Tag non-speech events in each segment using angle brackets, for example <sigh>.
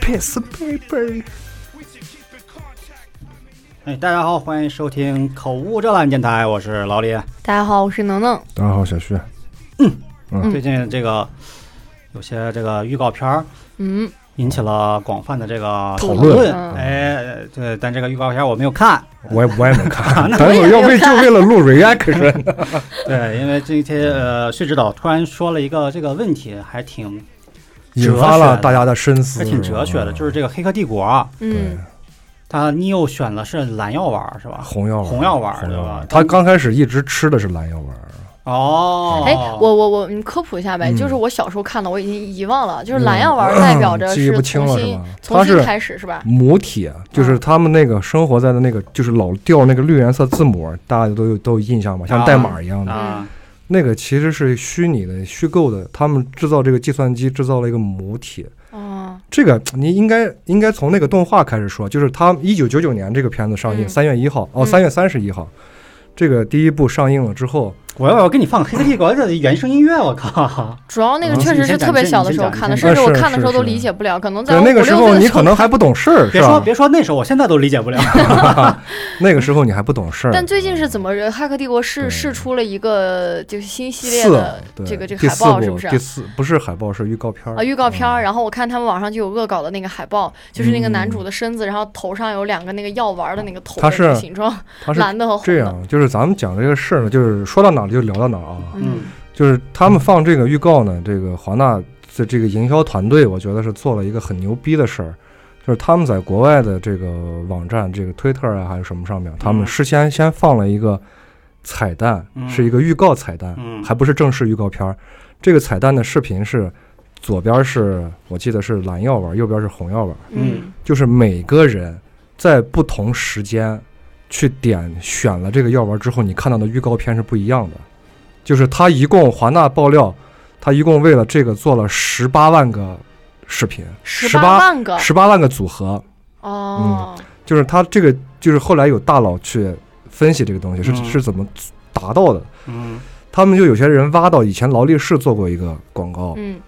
Piss baby。哎，大家好，欢迎收听口误这烂电台，我是老李。大家好，我是能能。大家好， <laughs> 小旭。嗯最近这个有些这个预告片儿嗯，引起了广泛的这个讨论论。嗯哎，对，但这个预告片儿我没有看。我也我也没看，啊那咱我也们没要为就看为了录 reaction， <laughs> 对，因为这些呃，旭指导突然说了一个这个问题，还挺引发了大家的深思，还挺哲学的，就是这个《黑客帝国》啊，对嗯，它 Neo 选的是蓝药丸儿是吧？红药丸红药丸儿红药对吧丸。他刚开始一直吃的是蓝药丸，哦，哎，我我我，你科普一下呗，嗯就是我小时候看的，我已经遗忘了，就是嗯蓝药丸代表着记忆是不清重了是新吧它重新是开始是吧？母体啊就是他们那个生活在的那个，就是老掉那个绿颜色字母，大家都有都有印象吧？像代码一样的，啊，那个其实是虚拟的、虚构的。他们制造这个计算机，制造了一个母体。哦，这个你应该应该从那个动画开始说，就是他一九九九年这个片子上映，嗯三、月一号哦，嗯三月三十一号，这个第一部上映了之后，我要我给你放《黑客帝国》的原声音乐，我靠！主要那个嗯确实是特别小的时候看的，你先甚讲至我看是的时候是都是理解不了，可能在对我那五个六时候岁你的时可候。能还不懂事儿，是别说吧？别说那时候，我现在都理解不了。那个时候你还不懂事儿。但最近是怎么人？黑客帝国嗯对是试出了一个就是新系列四的对这个这个第海四报，是部不是？啊第四不是海报，是预告片儿啊，预告片儿，嗯然后我看他们网上就有恶搞的那个海报，就是那个男嗯主的身子，然后头上有两个那个药丸儿的那个头他的那个是形状，它是蓝的和红的。这样，就是咱们讲的这个事儿呢，就是说到哪儿就聊到哪儿啊。嗯，就是他们放这个预告呢，这个华纳的这个营销团队，我觉得是做了一个很牛逼的事儿，就是他们在国外的这个网站，这个推特啊还是什么上面，他们事先先放了一个彩蛋，嗯是一个预告彩蛋，嗯还不是正式预告片儿。这个彩蛋的视频是左边是我记得是蓝药丸，右边是红药丸，嗯嗯，就是每个人在不同时间去点选了这个药丸之后，你看到的预告片是不一样的。就是他一共华纳爆料，他一共为了这个做了十八万个视频，十18八万个十嗯八万个组合。哦，就是他这个就是后来有大佬去分析这个东西是、嗯是怎么达到的。嗯他们就有些人挖到以前劳力士做过一个广告，嗯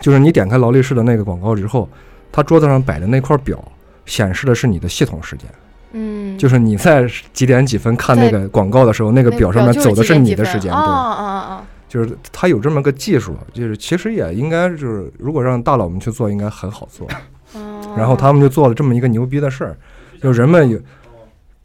就是你点开劳力士的那个广告之后，他桌子上摆的那块表显示的是你的系统时间。嗯，就是是你在几点几分看那个广告的时候，那个表上面走的是你的时间，啊对，啊啊！就是它有这么个技术，就是其实也应该就是如果让大佬们去做，应该很好做。哦然后他们就做了这么一个牛逼的事儿，就人们有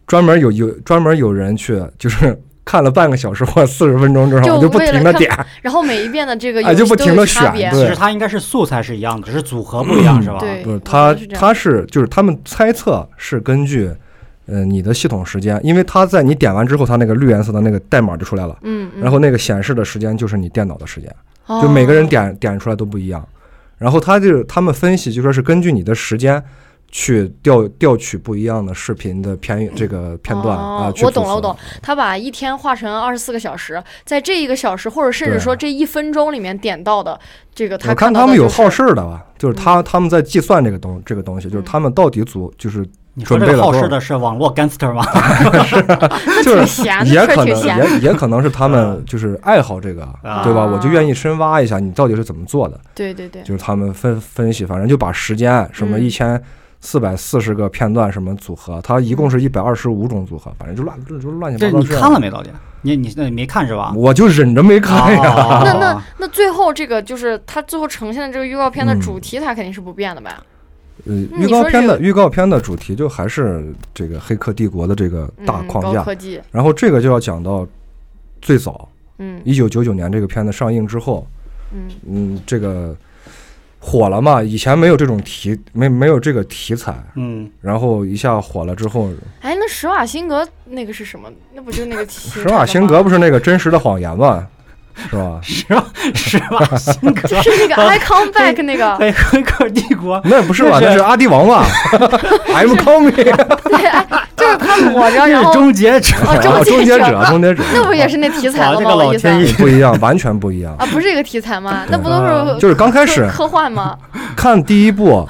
专门有有专门有人去就是。看了半个小时或四十分钟之后，就就不停的点，然后每一遍的这个 <laughs> 哎游戏就不都停有地差选别对其实它应该是素材是一样的，只是组合不一样，是吧？对不是我他觉得是这样他是就是他们猜测是根据，呃你的系统时间，因为他在你点完之后，他那个绿颜色的那个代码就出来了，嗯，嗯然后那个显示的时间就是你电脑的时间，哦就每个人点点出来都不一样。然后他就他们分析就说是根据你的时间去调调取不一样的视频的片这个片段啊。哦去我懂组了，合我懂。。他把一天划成二十四个小时，在这一个小时，或者甚至对说这一分钟里面点到的这个，他我看到他们的有就是好事儿的吧，就是他他们在计算这个东这个东西，就是嗯他们到底组 <laughs> 就是你说这个好事的是网络 gangster <laughs> 吗？就是 <laughs> 挺闲的，也确可实挺能闲嗯的。也也可能是他们就是爱好这个，啊对吧？我就愿意深挖一下你到底是怎么做的，对对对，就是他们分分析，反正就把时间什么嗯一千四百四十个片段什么组合，它一嗯共是一百二十五种组合，反正就乱就就乱七这八糟。你看了？没，老弟？你你那你没看是吧？我就忍着没看呀。哦那那那最后这个就是他最后呈现的这个预告片的嗯主题，它肯定是不变的吧？呃，你预说告片的这预告片的主题就还是这个《黑客帝国》的这个大嗯，框高架，科技，然后这个就要讲到最早嗯一九九九年这个片子上映之后，嗯嗯，这个火了嘛，以前没有这种题，没没有这个题材，嗯，？然后一下火了之后，哎，那施瓦辛格那个是什么？那不就那 <laughs> 个施施瓦辛格不是那个真实的谎言嘛，是吧是吧？ <laughs> 是吧？辛格就是 <laughs> 那个 I Come Back 那个，在黑客帝国，那不是吧？那那是是阿迪王吧？I'm coming，对，哎，就是他裸 <laughs> 着，然是后终结者。哦，啊终终结结者，终结者，那不也是那题材哇，了这吗？个我老意思天爷！啊不一样，完全不一样。啊，不是一个题材吗？ <laughs> 那不啊都 <laughs> 嗯就是刚开科始科 <laughs> 幻吗？看第一部、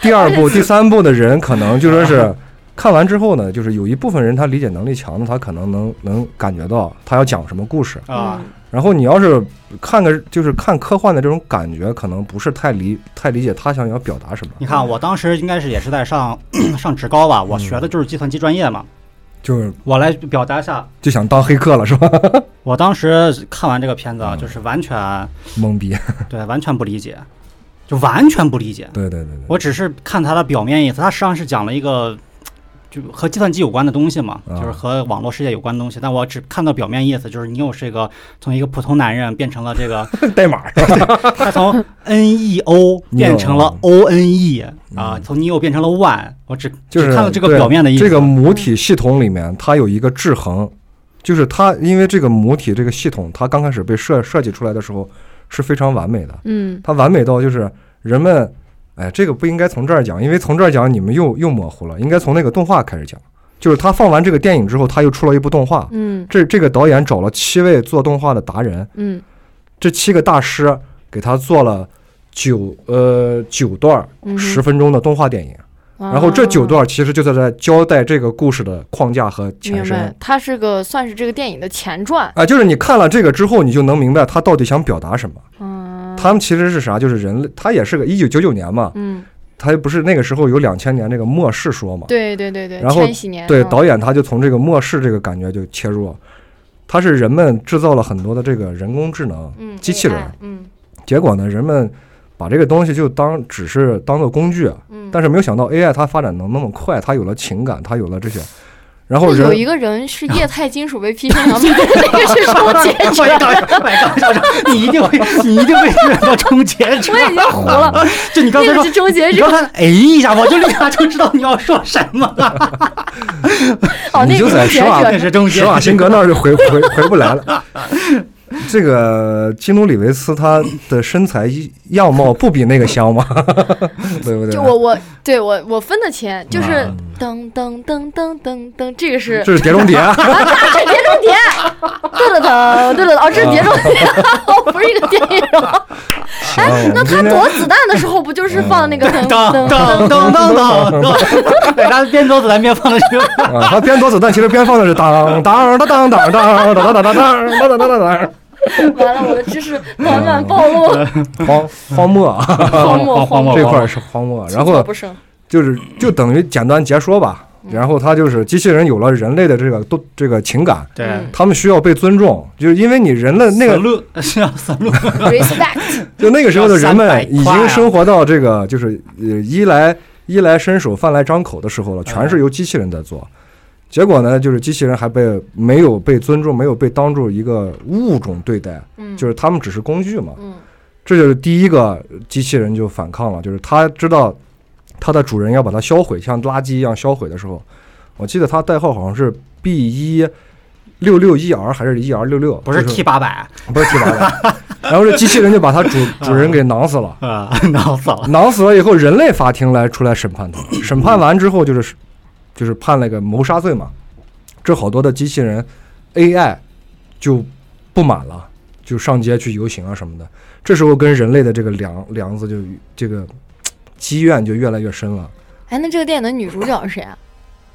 第二部、第三部的人，可能就说是看完之后呢，就是有一部分人他理解能力强的，他可能能能感觉到他要讲什么故事。啊，嗯然后你要是看个就是看科幻的这种感觉，可能不是太理太理解他想要表达什么。你看，我当时应该是也是在上 <clears throat> 上职高吧，我学的就是计算机专业嘛。就是我来表达一下，就想当黑客了是吧？我当时看完这个片子啊，就是完全懵逼。 <laughs> 对，完全不理解，就完全不理解。对对对对，我只是看它的表面意思，它实际上是讲了一个就和计算机有关的东西嘛，啊就是和网络世界有关的东西。但我只看到表面意思，就是你又是一个从一个普通男人变成了这个，代码是吧 <laughs> 他从 N E O 变成了嗯 O N E 啊，从 Neo 变成了 One。我只就是只看到这个对表面的意思。这 <laughs> 个母体系统里面它有一个制衡，就是它因为这个母体这个系统，它刚开始被设设计出来的时候是非常完美的，嗯它完美到就是人们，哎，这个不应该从这儿讲，因为从这儿讲你们又又模糊了，应该从那个动画开始讲。就是他放完这个电影之后，他又出了一部动画。嗯这这个导演找了七位做动画的达人，嗯这七个大师给他做了九呃九段嗯哼十分钟的动画电影。啊然后这九段其实就在在交代这个故事的框架和前明身。白，它是个算是这个电影的前传。啊，就是你看了这个之后，你就能明白他到底想表达什么。嗯，他们其实是啥？就是人类，他也是个一九九九年嘛，嗯，他不是那个时候有两千年这个末世说嘛？对对对对，然后千禧年对，嗯导演他就从这个末世这个感觉就切入，他是人们制造了很多的这个人工智能，嗯机器人 AI 嗯结果呢，人们把这个东西就当只是当做工具，啊嗯，但是没有想到 AI 它发展能那么快，它有了情感，它有了这些，然后那有人一个人是啊液态金属被劈成两半，那个 <laughs> 是什么结局？我也搞笑，我也搞笑，你一定会，你一定会遇到终结者我。已经糊啊了， <laughs> 就你刚才那个说是，终结你者刚才哎一下，我就立马就知道你要说什么了。哦，你那就个在啊终结施瓦那者，是终结施瓦辛格那儿就回回回不来了。这个基努里维斯他的身材样貌不比那个香吗？ <laughs> 对不对？就我我对我我分的钱就是嗯噔噔噔噔噔噔，这个是啊啊这是碟中谍，啊这是碟中谍，对了噔，对了噔，哦，这是碟中谍， <laughs> 哦，不是一个电影。啊哦 <laughs> 行，我哎们，那他今天嗯躲子弹的时候不就是放那个噔 <laughs> 当噔当当当 <laughs> 当，对，他边躲子弹边放的这个，啊，他边躲子弹，其实边放的是当当当当当当当当当当当当当当完了，我的知识短板暴露，当，荒荒漠啊， <laughs> 荒漠荒漠，这块儿是荒漠，啊然后不嗯生，就是就等于简单解说吧。然后他就是机器人有了人类的这个都这个情感，对，嗯他们需要被尊重，就是因为你人类那个路 <laughs> 是啊，死 <laughs> 路， respect，就那个时候的人们300已块啊经生活到这个就是呃衣来衣来伸手饭来张口的时候了，全是由机器人在做。结果呢，就是机器人还被没有被尊重，没有被当做一个物种对待，嗯，就是他们只是工具嘛。嗯这就是第一个机器人就反抗了，就是他知道它的主人要把它销毁，像垃圾一样销毁的时候，我记得它代号好像是 B 一六六 ER 还是 ER 六六，不是就 T 八百不是 T 八的。然后这机器人就把它主主人给囊死了。 <laughs> 啊，脑死了，囊死了以后，人类法庭来出来审判他。审判完之后，就是就是判了个谋杀罪嘛。这好多的机器人 AI 就不满了，就上街去游行啊什么的。这时候跟人类的这个梁梁子就这个嘖积怨就越来越深了。哎，那这个电影的女主角是谁啊？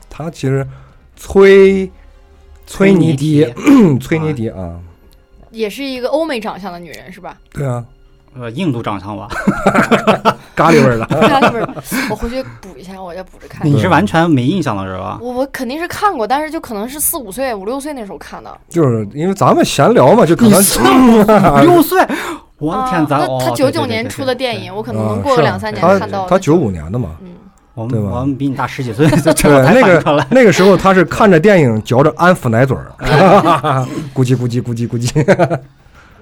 他其实崔崔妮迪，崔妮妮迪啊，也是一个欧美长相的女人 <laughs> 是吧？对啊，呃，印度长相吧，咖喱味儿的。 <laughs> 对啊不是， <laughs> 我回去补一下，我要补着看。嗯你是完全没印象了是吧？我我肯定是看过，但是就可能是四五岁、五六岁那时候看的。就是因为咱们闲聊嘛， <laughs> 就可能啊你四五六岁，我的天，咱啊哦，那他对九九年出的电，对对对对嗯影，我可能啊能过是个啊两三年他看到。他九，五年的嘛，嗯，我对们吧我们比你大十几岁， <laughs> 这对，我才那反应过个来。那个时候他是看着电影嚼着安抚奶 <laughs> 嘴儿，咕叽咕叽咕叽咕叽。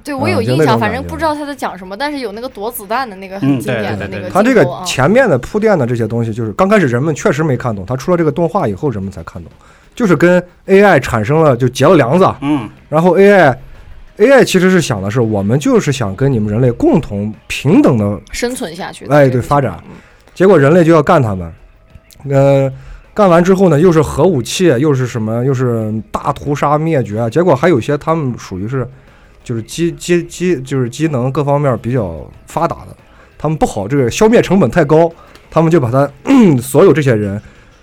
对我啊有就那印象，种反感正觉不知道他在讲什么，但是有那个躲子弹的那个嗯很经对典对的那对个对他这镜个头啊前面的铺垫的这些东西，就是刚开始人们确实没看懂，他出了这个动画以后，人们才看懂，就是跟 AI 产生了就结了梁子，嗯，然后 AI。AI 其实是想的是，我们就是想跟你们人类共同平等的，啊生存下去的哎这个嗯对情发况展，结果人类就要干他们，呃，干完之后呢，又是核武器，又是什么，又是大屠杀灭绝啊，结果还有些他们属于是，就是机机机就是机能各方面比较发达的，他们不好这个消灭成本太高，他们就把他 <clears throat> 所有这些人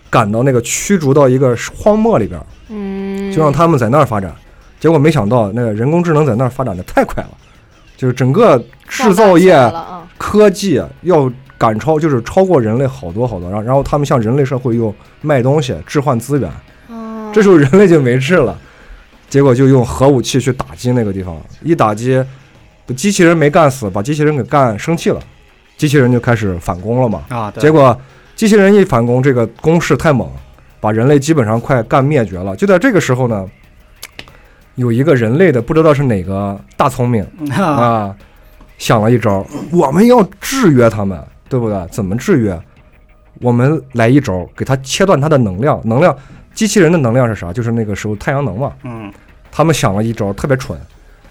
赶到那个驱逐到一个荒漠里边，嗯，就让他们在那儿发展。结果没想到那个人工智能在那儿发展的太快了，就是整个制壮造大起业来了啊，科技要赶超，就是超过人类好多好多。然后，然后他们向人类社会又卖东西、置换资源，嗯这时候人类就没治了， <laughs> 结果就用核武器去打击那个地方，一打击，机器人没干死，把机器人给干生气了，机器人就开始反攻了嘛。啊，对 <laughs> 结果机器人一反攻，这个攻势太猛，把人类基本上快干灭绝了。就在这个时候呢，有一个人类的不知道是哪个大聪明啊啊，想了一招，我们要制约他们，对不对？怎么制约？我们来一招，给他切断他的能量。能量，机器人的能量是啥？就是那个时候太阳能嘛。嗯他们想了一招特别蠢，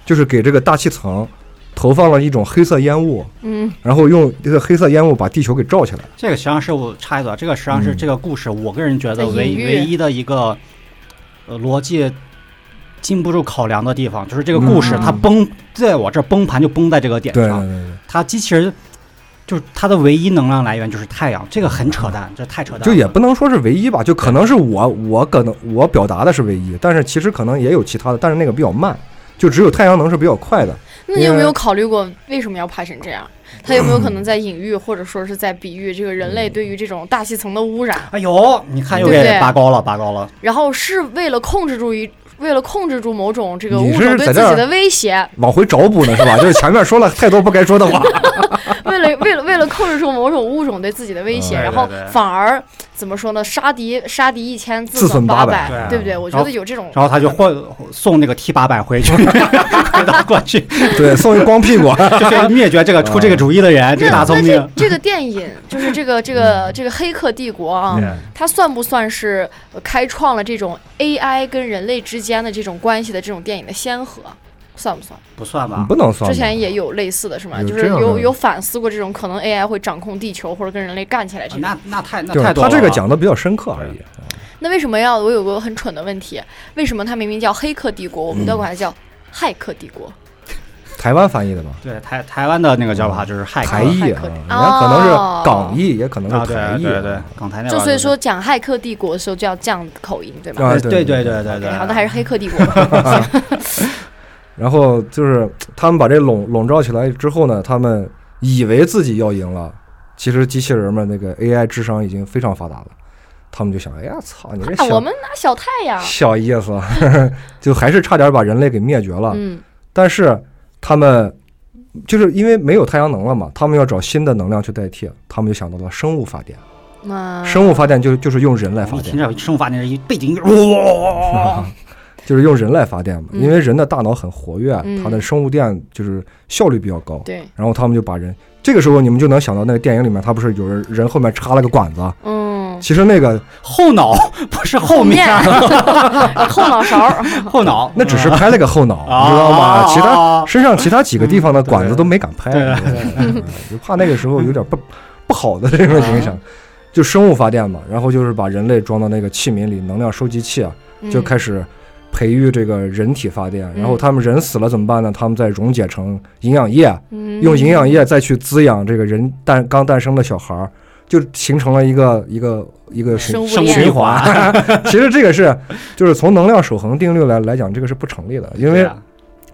就是给这个大气层投放了一种黑色烟雾，嗯然后用这个黑色烟雾把地球给罩起来。这个实际上是我插一嘴啊，这个实际上是嗯这个故事，我个人觉得在唯隐喻唯一的一个呃逻辑经不住考量的地方，就是这个故事嗯它崩在我这崩盘就崩在这个点对对上，对对。它机器人就是它的唯一能量来源就是太阳，这个很扯淡，这太扯淡了，就也不能说是唯一吧，就可能是我我可能我表达的是唯一，但是其实可能也有其他的，但是那个比较慢，就只有太阳能是比较快的。那你有没有考虑过为什么要拍成这样？他有没有可能在隐喻或者说是在比喻这个人类对于这种大气层的污染？哎呦，你看又对不给对拔高了，拔高了，然后是为了控制住一，为了控制住某种这个你物是种对在自这儿己的威胁， <laughs> 往回找补呢是吧？ <laughs> 就是前面说了太多不该说的话，为了为了为了控制住某种物种对自己的威胁，嗯对然后对对反而怎么说呢？杀敌杀敌一千，自自损八八百对对不对？我觉然得有这种然后他就换送那个 T 八百 <laughs> 回去，回到过去，对，送一光屁股。啊就是灭绝这个嗯出这个主意的人，这个大那聪那明 <laughs> 这。这个电影就是这个这个这个《黑客帝国》嗯啊，它算不算是呃开创了这种 AI 跟人类之间的这种关系的这种电影的先河？算不算？不算吧？不能算之吧。前也有类似的是吗？有就这是样的有有反思过这种可能 AI 会掌控地球或者跟人类干起来这种。那那太那就太是多他了。这个讲的比较深刻而已。那为什么要？我有个很蠢的问题，为什么它明明叫《黑客帝国》，我们都管它叫《骇客帝国》台湾翻译的吧，对台台湾的那个叫法就是骇客台译啊，骇客人家可能是港译，也可能啊，是对台译。对对，港台那边儿就所以说讲《骇客帝国》的时候就要这样的口音，对吗？啊呃对对对对对对对，好，那还是《黑客 <laughs> 帝国》吧。然后就是他们把这笼笼罩起来之后呢，他们以为自己要赢了，其实机器人们那个 AI 智商已经非常发达了，他们就想，哎呀，操，你这啊小、我们拿小太阳。小意思，啊 <laughs> 就还是差点把人类给灭绝了。嗯但是他们就是因为没有太阳能了嘛，他们要找新的能量去代替，他们就想到了生物发电。，啊那生物发电就就是用人来发一电听，这生发那是一背景音乐，就是用人来发电嘛，嗯因为人的大脑很活跃，啊嗯它的生物电就是效率比较高。对，然后他们就把人，这个时候你们就能想到那个电影里面，他不是有人人后面插了个管子？嗯，其实那个后脑不是后面， <laughs> 后脑勺 <laughs> 儿，后脑那只是拍了个后脑，啊你知道吗？其他他身上其他几个地方的管子对都没敢拍，对嗯就怕那个时候有点不 <laughs> 不好的这种影嗯响。就生物发电嘛，然后就是把人类装到那个器皿里，能量收集器啊，就开始始培育这个人体发电。嗯然后他们人死了怎么办呢？他们再溶解成营养液，用用营养液再去滋养这个人诞刚诞生的小孩儿，就形成了一个一个一个循生物生链循循环。 <laughs> 其实这个是就是从能量守恒定律来来讲，这个是不成立的，因为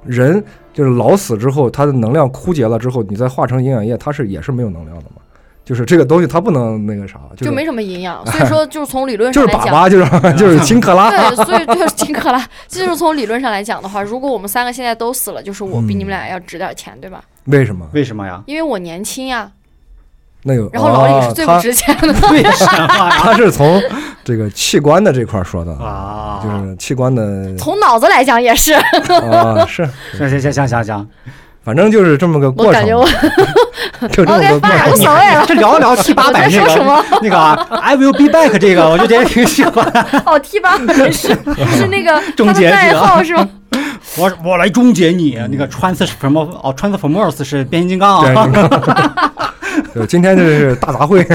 人就是老死之后，它的能量枯竭了之后，你再化成营养液，它是也是没有能量的嘛。就是这个东西它不能那个啥，就是没什么 <laughs> 营养，所以说就是从理论就上是来粑讲。粑，就是 <laughs> <laughs> 就是金克拉。对，所以就是金克拉，这就是从理论上来讲的话，如果我们三个现在都死了，就是我比你们俩要值点钱，对吧？为什么？为什么呀？因为我年轻呀，那有然后老李哦是最不他值钱的，为什么呀？ <laughs> 他是从这个器官的这块儿说的，啊，就是器官 <laughs> 的从脑子来讲 <laughs> 也是。啊是。行行行行行行，反正就是这么个我过程，感觉我就这么个 <laughs> 过 OK 发俩程无。所谓了。这聊一聊 T 八我百在那说什个么？那个啊 I will be back 这个，我就觉得挺喜欢。哦，T 八百是是 <laughs> 那个终他的结代者号是吗？我我来终结你！那个 trans 什么哦，transformers 是变形金刚对啊，你看对，今天 <laughs> 就是大杂烩。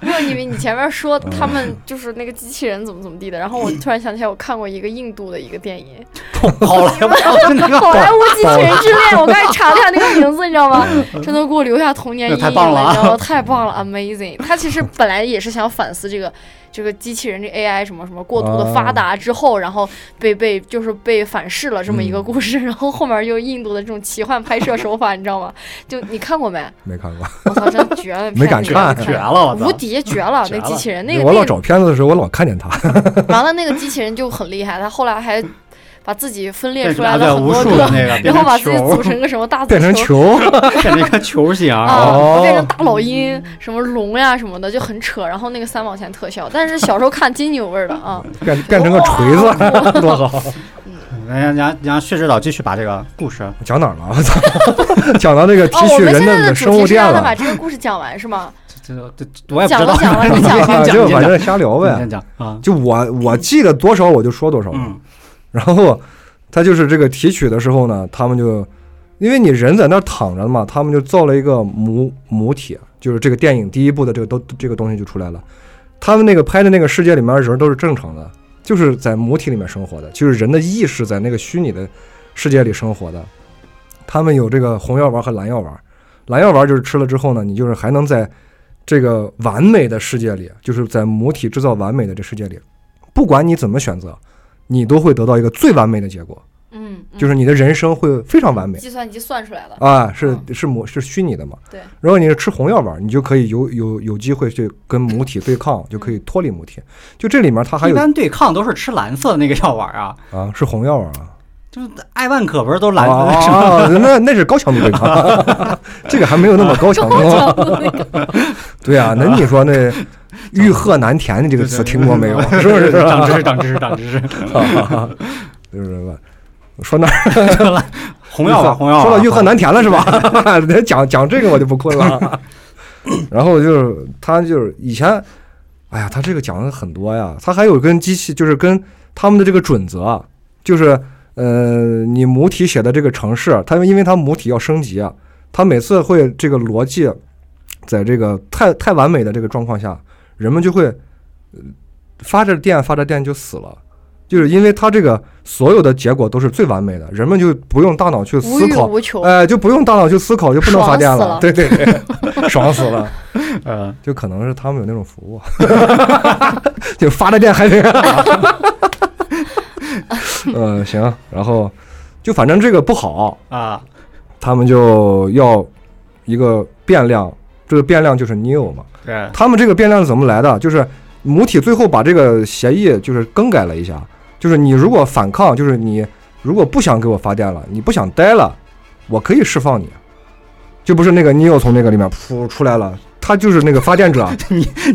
没有，因为你前面说他们就是那个机器人怎么怎么地的，然后我突然想起来，我看过一个印度的一个电影好莱坞那《 <laughs> 好个莱坞机器人之恋》，我刚才查了一下那个名字，你知道吗？真的给我留下童年阴嗯影那太棒了啊 <laughs> 你知道吗？太棒了，amazing！他其实本来也是想反思这个这个机器人这 AI 什么什么过度的发达之后，然后被被就是被反噬了这么嗯一个故事，然后后面又印度的这种奇幻拍摄手法，你知道吗？就你看过没？没看过，我操，真绝了！没敢片子看你绝看了，我操无！敌绝了！绝那了机器人，那个我那老个找片子的时候，我老看见他。 <laughs> 完了，那个机器人就很厉害，他后来还把自己分裂变出成来对了很无多数的个，那个，变然后把成自己组球， <laughs> 成个什么大足变成球球，变成一个球形儿。哦啊，变成大老鹰、什么龙呀什么的，就很扯。然后那个三毛钱特效，但是小时候看津津有味 <laughs> 的啊。变变成个锤子，多 <laughs> 好！然后然后然后血指导继续把这个故事讲哪儿了？ <laughs> 我操，讲到那个提哦，我取们现人在的的主生物题是链让了他哦把，这个故事讲完是吗？这这这我也不讲知了道。讲了，你讲你了先。啊就讲，反正瞎聊你呗先。讲啊，就我我记得多少我就说多少，嗯， <laughs> 然后他就是这个提取的时候呢，他们就因为你人在那儿躺着嘛，他们就造了一个母母体，就是这个电影第一部的这个都这个东西就出来了。他们那个拍的那个世界里面人都是正常的，就是在母体里面生活的，就是人的意识在那个虚拟的世界里生活的。他们有这个红药丸和蓝药丸，蓝药丸就是吃了之后呢，你就是还能在这个完美的世界里，就是在母体制造完美的这世界里，不管你怎么选择，你都会得到一个最完美的结果，嗯，嗯就是你的人生会非常完美计算机算出来了。啊，是是母是虚拟的嘛？对。如果你是吃红药丸，你就可以有有有机会去跟母体对抗，就可以脱离母体。就这里面它还一有般对抗都是吃蓝色的那个药丸啊，啊，是红药丸啊，就是艾万可不是都蓝色的啊， <laughs> 那那是高强度对抗，这个还没有那么高强度。对啊，那你说那“欲壑难填”的这个词听过没 <laughs> 有？是不是？长知识，长知识，长知识。就是吧说那红药丸，红药丸。说到欲壑难填了是吧？ <laughs> 人讲讲这个我就不困了。 <laughs> 然后就是他就是以前，哎呀，他这个讲的很多呀。他还有跟机器，就是跟他们的这个准则啊，就是呃，你母体写的这个程式，它因为它母体要升级啊，它每次会这个逻辑，在这个太太完美的这个状况下，人们就会呃发着电发着电就死了。就是因为它这个所有的结果都是最完美的，人们就不用大脑去无呃思欲考，无求，哎，就不用大脑去思考，就不能发电爽死了对对 <laughs> 对，爽死了。呃，就可能是他们有那种服务， <laughs> 就发着电还得。 <laughs> 呃，行，然后就反正这个不好，啊，他们就要一个变量，这个变量就是 new 嘛。对，他们这个变量是怎么来的？就是母体最后把这个协议就是更改了一下，就是你如果反抗，就是你如果不想给我发电了，你不想待了，我可以释放你。就不是那个 Neo 从那个里面 <laughs> 噗出来了，他就是那个发电者，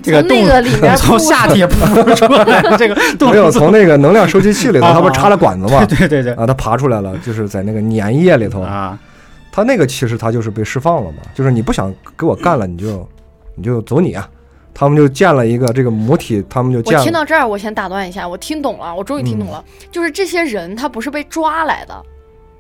这个从动那个里 <laughs> 面从吐下体扑出来的这个 <laughs> 动没有从那个能量收集器 <laughs> 里头，他不是插了管子吗？对对对啊，他爬出来了，就是在那个粘液里头，啊，他那个其实他就是被释放了嘛，就是你不想给我干了，你就你就走你啊。他们就建了一个这个嗯母体，他们就我建听了到这儿，我先打断一下，我听懂了，我终于听懂了，就是这些人他不是被抓来的，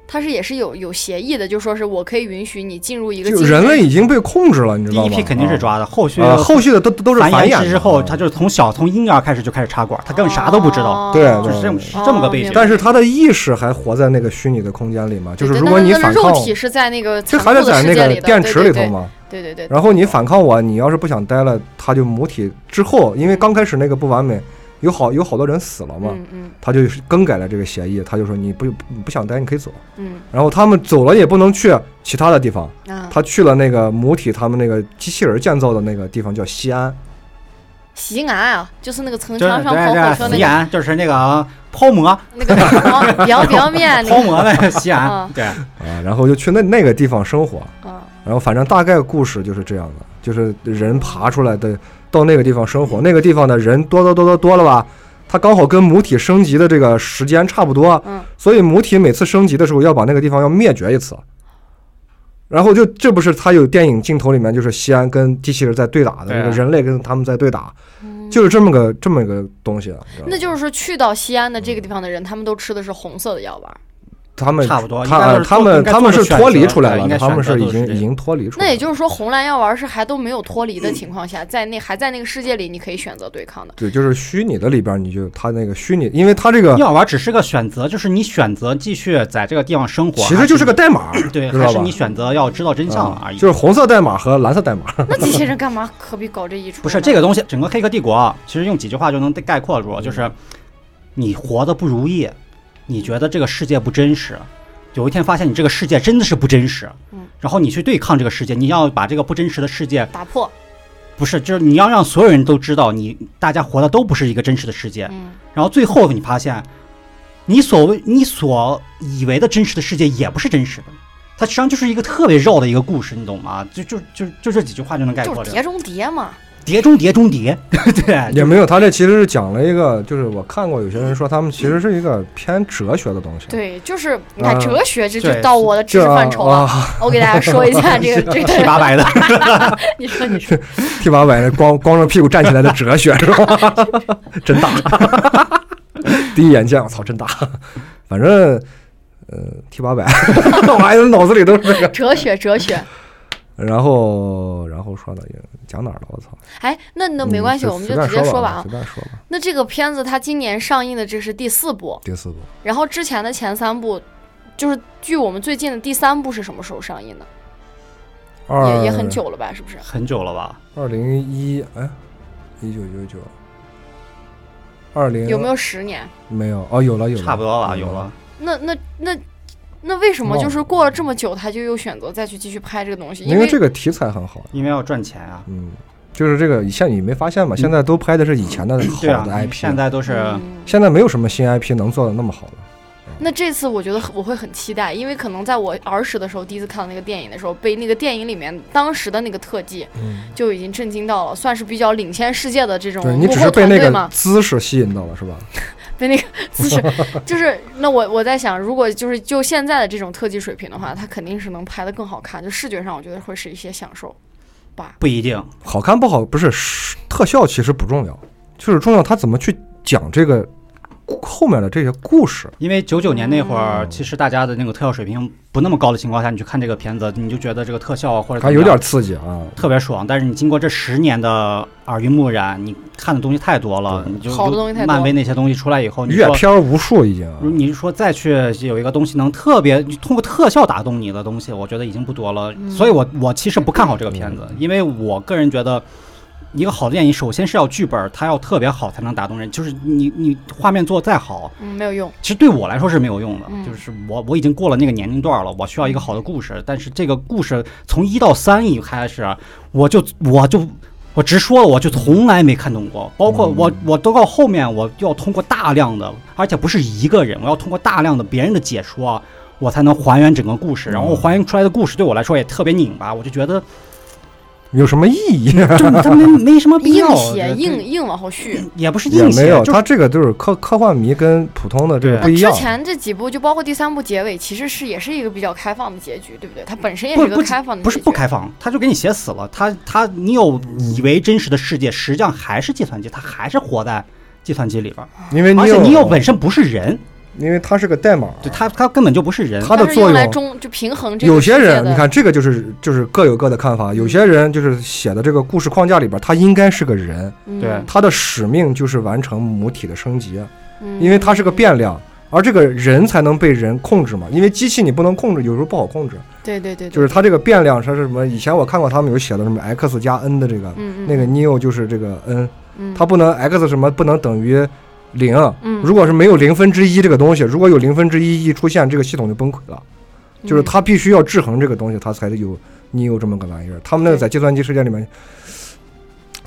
他是也是有有协议的，就说是我可以允许你进入一个就精神人类已经被控制了，你知第道吗？一批肯定是抓的，后续啊、呃后续的都都是繁衍殖之后，的啊他就是从小从婴儿开始就开始插管，他根本啥都不知道，哦对就对是这么是这么个背景。啊但是他的意识还活在那个虚拟的空间里嘛，就是对如果但你是那反个抗肉，体是在那个这残还得酷的在世那界个里的电池里头对嘛。对对对对对然后你反抗我，你要是不想待了，他就母体之后，因为刚开始那个不完美，有好有好多人死了嘛，嗯嗯他就更改了这个协议，他就说你不你不想待，你可以走。嗯然后他们走了也不能去其他的地方，嗯啊，他去了那个母体他们那个机器人建造的那个地方叫西安，席安啊，就是那个城就是墙上跑对火对对，车那西个安就是那个抛 <laughs> 馍那个什 <laughs> 么凉凉面那抛个馍 <laughs> 的西安啊，对，啊，然后就去那那个地方生活，啊然后反正大概故事就是这样的，就是人爬出来的到那个地方生活，那个地方的人多多多多多了吧，它刚好跟母体升级的这个时间差不多，嗯所以母体每次升级的时候要把那个地方要灭绝一次。然后就这不是他有电影镜头里面就是西安跟机器人在对打的，对啊那个人类跟他们在对打，嗯就是这么个这么一个东西啊。你知道吗那就是说去到西安的这个地方的人，他们都吃的是红色的药丸，他们差不多应该他都是他做们应该他们做是的选脱离择出来对了应的，该他选们择是都已是经这已样经脱离出来了。那也就是说，红蓝药丸是还都没有脱离的情况下，在那还在那个世界里，你可以选择对抗的。对，就是虚拟的里边，你就他那个虚拟，因为他这个药丸只是个选择，就是你选择继续在这个地方生活，其实就是个代码，还是对，知道还是吧你？选择要知道真相了啊而已。就是红色代码和蓝色代码。那这些人干嘛何必搞这一出呢？不是这个东西，整个《黑客帝国》啊，其实用几句话就能概括嗯住，就是你活得不如意，你觉得这个世界不真实，有一天发现你这个世界真的是不真实嗯，然后你去对抗这个世界，你要把这个不真实的世界，打破，不是，就是你要让所有人都知道你大家活的都不是一个真实的世界，嗯，然后最后你发现，你所谓你所以为的真实的世界也不是真实的。它实际上就是一个特别绕的一个故事，你懂吗？就就就就这几句话就能概括就是这个碟中谍嘛。碟中谍中谍， <laughs> 哎对，也没有，他这其实是讲了一个，就是我看过有些人说他们其实是一个偏哲学的东西。，对，就是你看啊哲学，这就对到我的知这识啊范畴了。啊我给大家说一下 <laughs> 这个这七个，八百的，你说你说， ，T 八百光光着屁股站起来的哲学是吧？ <laughs> 真大，第一眼见我操真大，反正呃 T 八百， <laughs> 我还脑子里都是这个。哲学哲学。然后然后说的也讲哪儿了？我操，哎，那那没关系，嗯我们就随直接便说吧啊啊随。便说吧。那这个片子它今年上映的这是第四部，第四部然后之前的前三部，就是距我们最近的第三部是什么时候上映的？二也也很，久了吧？是不是？很久了吧？二零一哎，一九九九，二零有没有十年？没有哦，有了有了，差不多吧，有了了。。那那那那为什么忘就是了过了这么久，他就又选择再去继续拍这个东西？因因为这个题材很好，因为要赚钱啊。嗯，就是这个，像你没发现吗？现在都拍的是以前的好对啊的，IP，现在都是嗯现在没有什么新 IP 能做的那么好了。那这次我觉得我会很期待，因为可能在我儿时的时候第一次看到那个电影的时候，被那个电影里面当时的那个特技嗯，就已经震惊到了，算是比较领先世界的这种对你幕只后是被团那队个 <laughs> 嘛，姿势吸引到了是吧？被那个姿势，就是那我我在想，如果就是就现在的这种特技水平的话，它肯定是能拍得更好看，就视觉上我觉得会是一些享受。不一定，好看不好不是是特效其实不重要，就是重要他怎么去讲这个后面的这些故事。因为九九年那会儿，嗯其实大家的那个特效水平不那么高的情况下，你去看这个片子，你就觉得这个特效啊或者怎它么有样点刺激啊，特别爽。但是你经过这十年的耳濡目染，你看的东西太多了，对你就好的东西太多漫威那些东西出来以后，你阅说片儿无数已经啊。你说再去有一个东西能特别通过特效打动你的东西，我觉得已经不多了。嗯所以我我其实不看好这个片子，因为我个人觉得。一个好的电影，首先是要剧本，它要特别好才能打动人。就是你你画面做再好，嗯，没有用。其实对我来说是没有用的。嗯就是我我已经过了那个年龄段了，我需要一个好的故事。但是这个故事从一到三一开始，我就我就我直说了，我就从来没看懂过。包括嗯我我都到后面，我要通过大量的，而且不是一个人，我要通过大量的别人的解说，我才能还原整个故嗯事。然后还原出来的故事对我来说也特别拧巴，我就 <laughs> 觉得有什么意义？就它没没什么必硬要，写这硬硬往后续，也不 <laughs> 是也硬没写，有，就是它这个就是科科幻迷跟普通的这个对不一之样。前这几部就包括第三部结尾，其实是也是一个比较开放的结局，对不对？它本身也是不一个不止开放的结局，不是不开放，他就给你写死了。他他，你有以为真实的世界，实际上还是计算机，他还是活在计算机里边儿。因为而且你你又本身不是人，因为它是个代码，对他他根本就不是人。它的但是作用来用。中就平衡这个有些世界人，的你看这个就是就是各有各的看法。有些人就是写的这个故事框架里边，他应该是个人，对他的使命就是完成母体的升级，啊嗯、因为它是个变量，而这个人才能被人控制嘛。因为机器你不能控制，有时候不好控制。对对对，对就是它这个变量，它是什么？以前我看过他们有写的什么 x 加 n 的这个，嗯嗯那个 neo 就是这个 n，嗯它不能 x 什么不能等于零。啊嗯如果是没有零分之一这个东西，如果有零分之一一出现，这个系统就崩溃了。嗯就是它必须要制衡这个东西，它才有 neo 这么个嗯玩意儿。他们那个在计算机世界里面，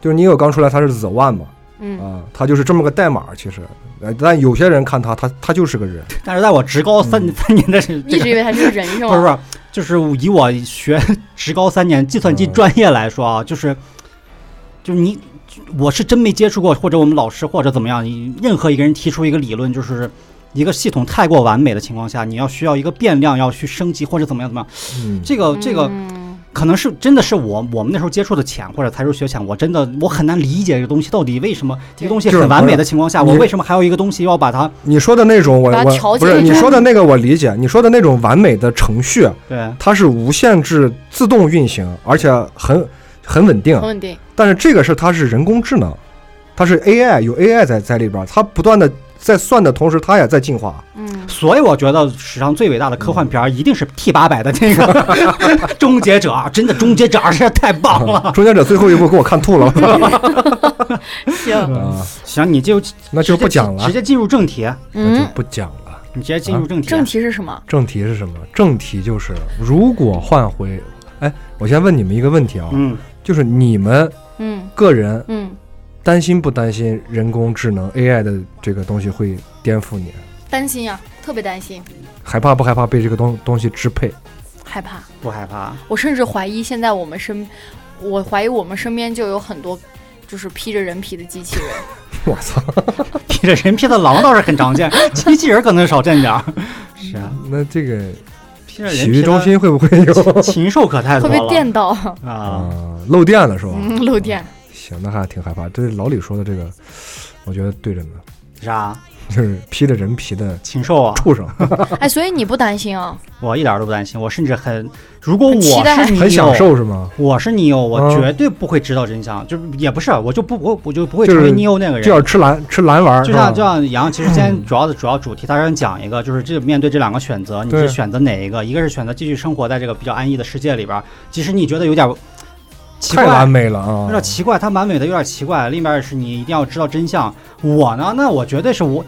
就是 neo 刚出来，它是 the one 嘛，嗯啊，它就是这么个代码。其实，呃但有些人看它，它它就是个人。但是在我职高三、嗯三年的这一直个，以为他是个人是吗？不是不是，就是以我学 <laughs> 职高三年计算嗯机专业来说啊，就是就是你。我是真没接触过，或者我们老师或者怎么样，你任何一个人提出一个理论，就是一个系统太过完美的情况下，你要需要一个变量要去升级或者怎么样怎么样，嗯，这个这个嗯可能是真的是我我们那时候接触的浅，或者才疏学浅，我真的我很难理解这个东西到底为什么一个东西很完美的情况下，就是我你为什么还有一个东西要把它你说的那种我把它我调不节是你成说的那个我理解，你说的那种完美的程序，对它是无限制自动运行，而且很很稳定很。稳定。但是这个是它是人工智能，它是 AI 有 AI 在在里边儿，它不断的在算的同时，它也在进化。嗯，所以我觉得史上最伟大的科幻片儿一定是 T 八百的那个《终结者》，真的《终结者》实在太 <laughs> 棒了。中间者最后一部给我看吐了行，啊，行，你就那就不讲了直，接进入正题，那就嗯，不讲了。你直接进入正题。啊正题是什么？正题是什么？正题就是如果换回，哎，我先问你们一个问题啊，嗯，就是你们嗯个人嗯，担心不担心人工智能 AI 的这个东西会颠覆你？担心呀，特别担心，害怕不害怕被这个东东西支配？害怕。不害怕。 <laughs> 我甚至怀疑现在我们身，我怀疑我们身边就有很多就是披着人皮的机器人。我操，披着人皮的狼倒是很常见，机器人可能少见点儿。是啊，那这个披着人洗皮浴的中心会不会有禽兽可太会多被了电到，啊！啊？漏电了是吧？嗯，漏电。行，那还挺害怕。这是老李说的这个，我觉得对着呢， <laughs> 啥就是披着人皮的啊禽兽啊？畜生，哎，所以你不担心啊？我一点儿都不担心，我甚至很，如果很我期待是你很享有受是吗？我是 Neo，我嗯绝对不会知道真相，就是也不是，我就不我我就不会就成为是 Neo 那个就人。要吃蓝吃蓝丸儿，就是吧嗯像就像杨，其实今天主要的主要主题，他想讲一个，就是这面对这两个选择，你对是选择哪一个？一个是选择继续生活在这个比较安逸的世界里边儿，即使你觉得有点儿奇怪太，完美了啊有！点奇怪，它完美的有点奇怪。另外是你一定要知道真相。我呢，那我绝对是我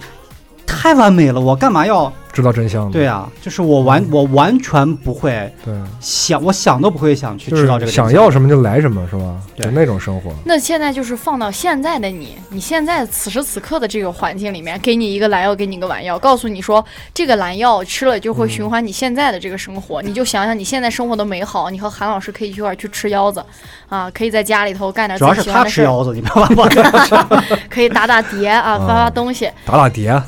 太完美了，我干嘛要？知道真相了，对啊，就是我完我完全不会对，想，我想都不会想去就知道这是个。想要，什么就来什么是吧？对就那种生活，那现在就是放到现在的你，你现在此时此刻的这个环境里面，给你一个蓝药，给你一个丸药，告诉你说这个蓝药吃了就会循环你现在的这个生嗯活，你就想想你现在生活的美好。你和韩老师可以一块儿去吃腰子，啊，可以在家里头干点主自要己是喜欢他的吃事儿，腰子，嗯你不 <laughs> 要把我可以打打碟啊，发发东西打打 <laughs> 碟，啊，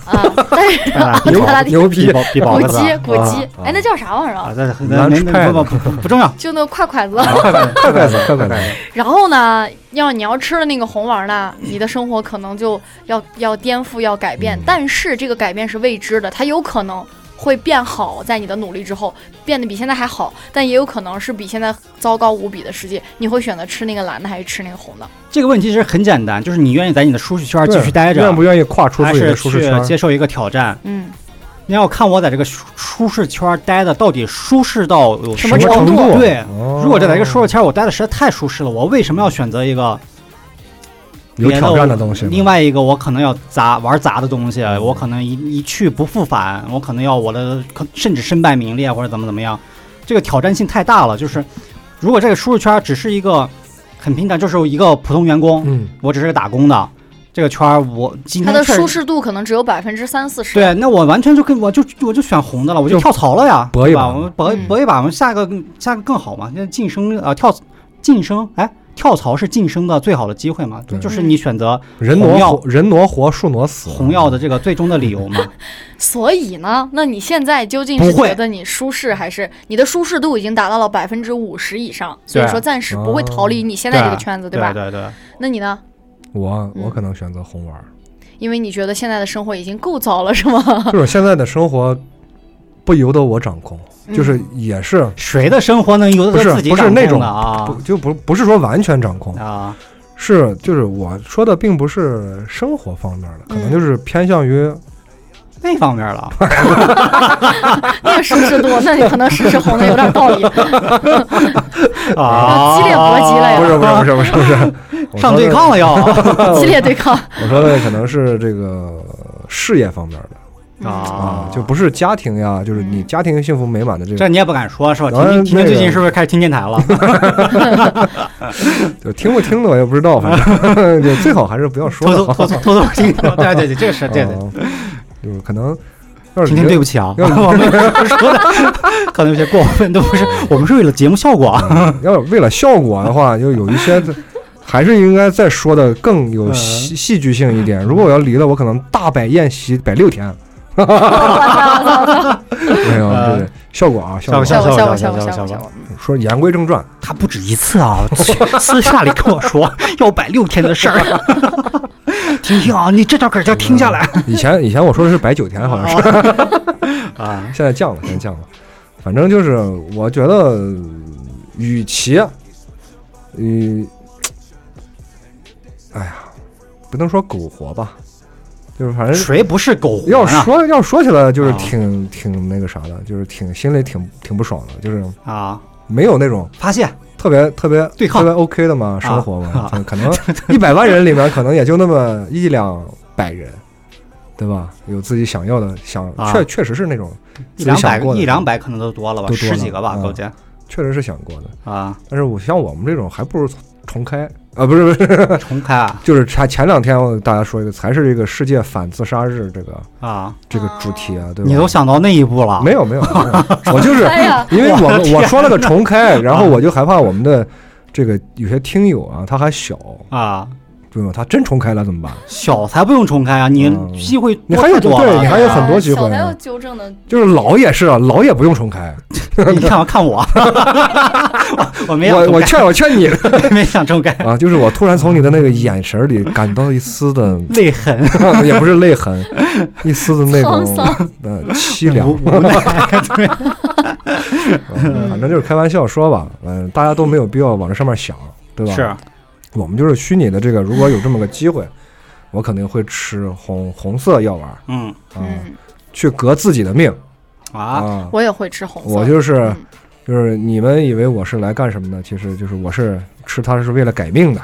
但是带牛 <laughs> 打打碟牛逼，比宝古子嗯鸡古鸡啊，啊哎，那叫啥玩意儿啊，啊？这很难没吃没太不多不不不重要，就那个快筷子。快快 <laughs> 快快快快快！然后呢，要你要吃了那个红丸儿呢，你的生活可能就要要颠覆，要改变嗯。但是这个改变是未知的，它有可能会变好，在你的努力之后变得比现在还好，但也有可能是比现在糟糕无比的世界。你会选择吃那个蓝的还是吃那个红的？这个问题其实很简单，就是你愿意在你的舒适圈对继续待愿着不，愿意跨出还自己是的舒去适圈？接受一个挑战？嗯，你要看我在这个舒舒适圈待的到底舒适到有什么么程程度啊度？对哦，如果这在一个舒适圈我待的实在太舒适了，我为什么要选择一个有别挑战的东西吗，嗯另外一个，我可能要砸玩砸的东西，我可能一一去不复返，我可能要我的可甚至身败名裂或者怎么怎么样，这个挑战性太大了。就是如果这个舒适圈只是一个很平常，就是一个普通员工，嗯，我只是个打工的，这个圈儿我今它天的确实舒适度可能只有百分之三四十。对，那我完全就跟我就我就选红的了，我就就跳槽了呀，搏一对吧？把嘛我们搏嗯搏一把，我们下一个下一个更好嘛。那晋升啊、呃跳晋升，哎，跳槽是晋升的最好的机会嘛，对就是你选择人红药挪活，人挪活，树挪死。红药的这个最终的理由嘛。所以呢，那你现在究竟是不会觉得你舒适，还是你的舒适度已经达到了百分之五十以上？所以对说暂时不会逃离你现在这个圈子，对啊吧？对对，那你呢？我我嗯可能选择红丸儿，因为你觉得现在的生活已经够糟了，是吗？ <laughs> <laughs> 就是现在的生活不由得我掌控，嗯就是也是谁的生活能由得不是自己不是掌控那种的啊不就不不是说完全掌控，啊？是就是我说的并不是生活方面的，可能嗯就是偏向于那方面了，那个舒适度，那你可能试试红的有点道理。啊，激烈搏击了呀不是不是不是不是不 <laughs> 是我上说的对抗了要激烈对抗我说的可能是这个事业方面的 <laughs> 啊嗯啊，，就不是家庭呀，就是你嗯家庭幸福美满的这个这你也不敢说是吧？当然婷婷婷那婷个最近是不是开始听电台 <laughs> 了？就听不听的我也不知道，反正 <laughs> 就最好还是不要说偷了 <laughs> 偷好。偷偷偷偷听，对对对，这个是对对。啊就是可能要是婷觉婷，对得不起啊，要 <laughs> 是我们说的可能有些过分，都不是，我们是为了节目效果啊。 <laughs> 要是为了效果的话，就有一些还是应该再说的更有戏戏剧性一点。如果我要离了，我 <laughs> 可能大摆宴席摆六天。没有，呃对，效果啊，效效果果效效果果果效效果效效果效效果果。说言归正传，他不止一次啊， <laughs> 去私下里跟我说要摆六天的事儿， <laughs> 听听啊，你这段可叫听下来以前以前我说的是摆九 <laughs> 天，好像哦是， <laughs> 啊，现在降了，现在降了。反正就是我觉得，呃与其，嗯，哎呀，不能说苟活吧，就是反正谁不是狗要活呢？说要说起来，就是啊挺挺那个啥的，就是挺心里挺挺不爽的，就是啊，没有那种发现特别特别对抗啊特别 OK 的嘛生活嘛，可可 <laughs> 能一百万人里面可能也就那么一两百人，对吧？有自己想要的，想啊确确实是那种自己一两百想过个，的，一两百可能都多了吧，都多了十几个吧，嗯高姐确实是想过的。啊，但是我像我们这种还不如重开啊，不是不是，重开啊就是前前两天我大家说一个，才是这个世界反自杀日这个啊，这个主题啊，对吧？你都想到那一步了，没有没有，没 <laughs> 有我就是哎呀 <laughs> 因为我我的天啊我说了个重开，然后我就害怕我们的这个有些听友啊，他还小，啊？对吧？他真重开了怎么办？小才不用重开啊，你嗯机会你多还有太多对，了你。还有很多机小会朋啊友。纠正的，就是老也是啊，老也不用重开。 <laughs> 你看我 <laughs> 看我，我我没想我重我劝我劝你开， <laughs> 没想重开，啊，就是我突然从你的那个眼神里感到一丝的， <laughs> 泪痕也不是泪痕，一丝的那沧种桑，呃凄凉无。 <laughs> 无奈。嗯反正就是开玩笑说吧，嗯，大家都没有必要往这上面想，对吧？是啊我们就是虚拟的这个，如果有这么个机会，我肯定会吃红红色药丸啊，嗯嗯，去革自己的命啊啊！我也会吃红色。我就是嗯就是你们以为我是来干什么的，其实就是我是吃它是为了改命的，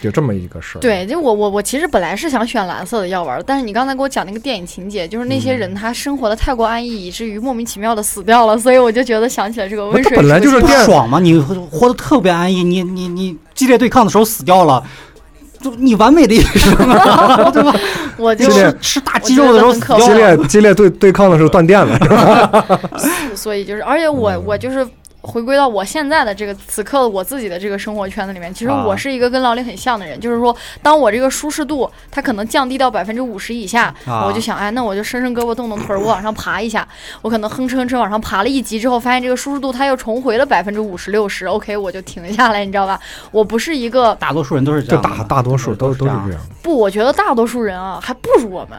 就这么一个事儿。对，就我我我其实本来是想选蓝色的药丸儿，但是你刚才给我讲那个电影情节，就是那些嗯人他生活的太过安逸，以至于莫名其妙的死掉了，所以我就觉得想起了这个温那水。本来就是不电爽吗？你活得特别安逸，你你你激烈对抗的时候死掉了，就你完美的一生啊，对吧？我就就烈是吃大鸡肉的时候死我激掉觉得了烈激烈对对抗的时候断电了，是吧？所以就是，而且我我就是回归到我现在的这个此刻我自己的这个生活圈子里面，其实啊我是一个跟老李很像的人，就是说，当我这个舒适度它可能降低到百分之五十以下，啊我就想，哎，那我就伸伸胳膊动动腿儿，我往上爬一下。我可能哼哧哼哧往上爬了一级之后，发现这个舒适度它又重回了百分之五十六十，OK，我就停下来，你知道吧？我不是一个大多数人都是这就样的，大大多数都都是这样。样。不，我觉得大多数人啊还不如我们。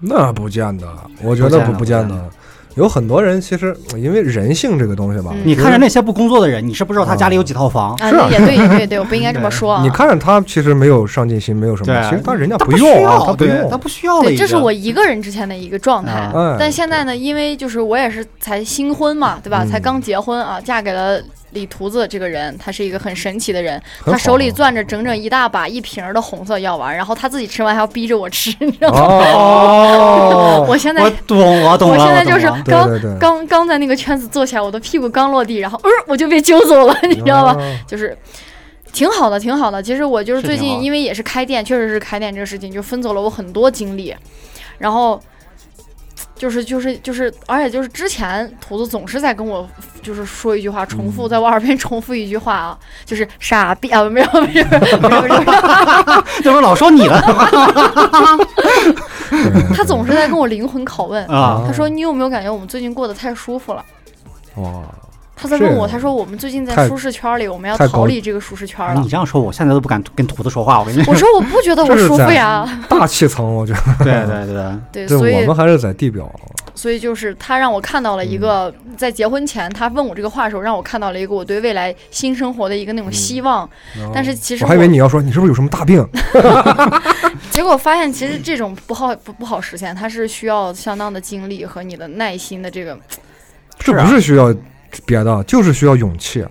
那不见得，我觉得不不见不见得。有很多人其实因为人性这个东西吧，嗯你看着那些不工作的人，你是不知道他家里有几套房，啊，是啊那也对，也对，对，我不应该这么说啊。你看着他其实没有上进心，没有什么，对其实但人家他不需用啊，要，他不对用他，不需要了对，已经。这是我一个人之前的一个状态。哎但现在呢，因为就是我也是才新婚嘛，对吧？嗯才刚结婚啊，嫁给了李图子这个人，他是一个很神奇的人，很他好啊手里攥着整整一大把一瓶儿的红色药丸，然后他自己吃完还要逼着我吃，你知道吗？哦， <laughs> 我现在我懂，我懂了。我现在懂就是了对刚对对刚刚在那个圈子坐下，我的屁股刚落地，然后呃我就被揪走了，你知道吧？啊？就是。挺好的，挺好的。其实我就是是最挺好近，的因为也是开店，确实是开店这个事情，就分走了我很多精力。然后，就是就是就是，而且就是之前图子总是在跟我就是说一句话，重嗯复在我耳边重复一句话啊，就是傻逼啊，没有没有没有没有没有，这不是老说你了 <laughs> 哦他总是在跟我灵魂拷问。嗯啊？他说：“你有没有感觉我们最近过得太舒服了？”哇，他在问我，这他说我们最近在太舒适圈里，我们要太高哎逃离这个舒适圈了你。这样说，我现在都不敢跟图子说话。我跟你我说我不觉得我这是舒服在呀，大气层，我觉得对对对，对，这所我以们还是在地表，所以就是他让我看到了一个嗯在结婚前他问我这个话的时候，让我看到了一个我对未来新生活的一个那种希望。但是其实嗯哦我还以为你要说你是不是有什么大病？结果发现其实这种不好不不好实现，它是需要相当的精力和你的耐心的这个。这是啊不是需要别的，就是需要勇气。啊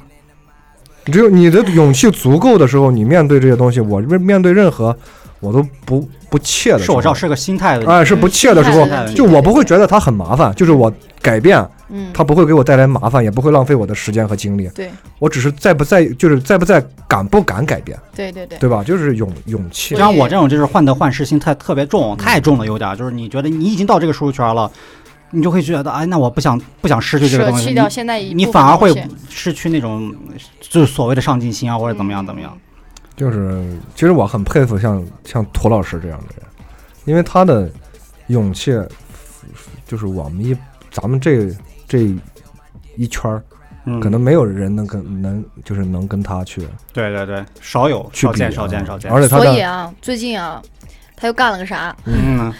只有你的勇气足够的时候，你面对这些东西，我面面对任何我都不不怯的时是候我知道，是个心态的哎，是不怯的时候心态的问，题就我不会觉得它很麻烦，就是我改变，嗯，它不会给我带来麻烦，也不会浪费我的时间和精力。对我只是在不在，就是在不在敢不敢改变，对对对，对吧？就是勇勇气对。像我这种就是患得患失心态特别重，太重了，有点儿就是你觉得你已经到这个舒适圈了，你就会觉得哎，那我不想不想失去这个舍东西，弃你掉现在一你部分反而会东西失去那种就是所谓的上进心啊，或者怎么嗯样怎么样。就是其实我很佩服像像涂老师这样的人，因为他的勇气，就是我们一咱们这这一圈儿，嗯，可能没有人能跟能就是能跟他去对对对，少有去少比啊，见少见少见。而且他所以的啊，最近啊，他又干了个啥？嗯，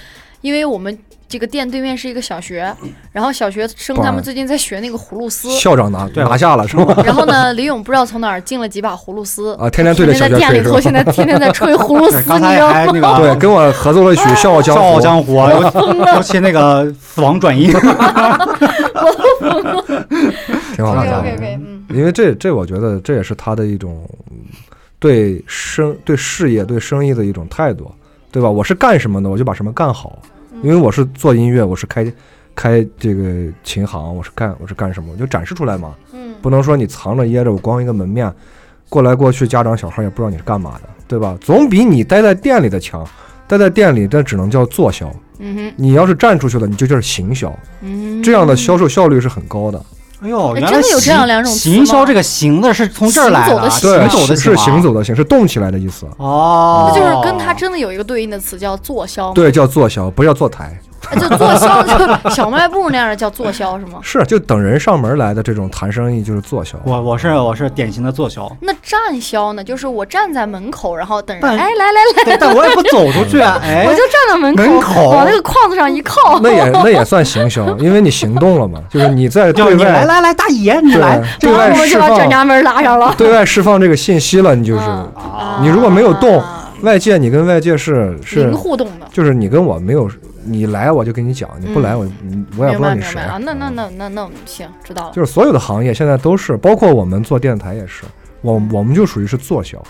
因为我们这个店对面是一个小学，然后小学生他们最近在学那个葫芦丝，校长拿对拿下了是 <laughs> 吧？然后呢，李勇不知道从哪儿进了几把葫芦丝，啊，天天对着天小天在学店里吹头，是现吧？啊在天天在吹葫芦对，丝，你 <laughs> 哦刚知才道还吗？那个对，跟我合作了一曲《笑傲《江笑湖》，傲江湖》，啊尤尤其那个死亡 <laughs> 转移，挺好看的。湖对 OK，OK，OK，嗯，因为这这，我觉得这也是他的一种嗯对生对事业对生意的一种态度，对吧？我是干什么的，我就把什么干好，因为我是做音乐，我是开开这个琴行，我是干我是干什么，我就展示出来嘛，嗯，不能说你藏着掖着，我光一个门面，过来过去，家长小孩也不知道你是干嘛的，对吧？总比你待在店里的强。待在店里，这只能叫做销。嗯哼，你要是站出去了，你就就是行销，嗯，这样的销售效率是很高的。哎呦，哎原来真的有这样行两种词行销吗这个“行”的是从这儿来的，行对，走的是啊行走的行，是动起来的意思。啊哦，那就是跟他真的有一个对应的词叫坐销，对，叫坐销，不叫坐台。哎就坐销， <laughs> 就小卖部那样的叫坐销是吗？是，就等人上门来的这种谈生意就是坐销。我我是我是典型的坐销，那站销呢？就是我站在门口，然后等人，但哎，来来但但我也不走出去 <laughs> 啊，哎来，我，就站在门口，门口往那个框子上一靠，那也那也算行销，因为你行动了嘛，就是你在就对是你来外来来，大爷你对来，对然外后我释就把转放家门拉上了。对外释放这个信息了，你就是嗯啊你如果没有动啊外界，你跟外界是是零互动的，就是你跟我没有，你来我就跟你讲，你不来我你我也不知道明白你嗯明谁白啊，。那那嗯那那那行，知道了。就是所有的行业现在都是，包括我们做电台也是，我我们就属于是做销，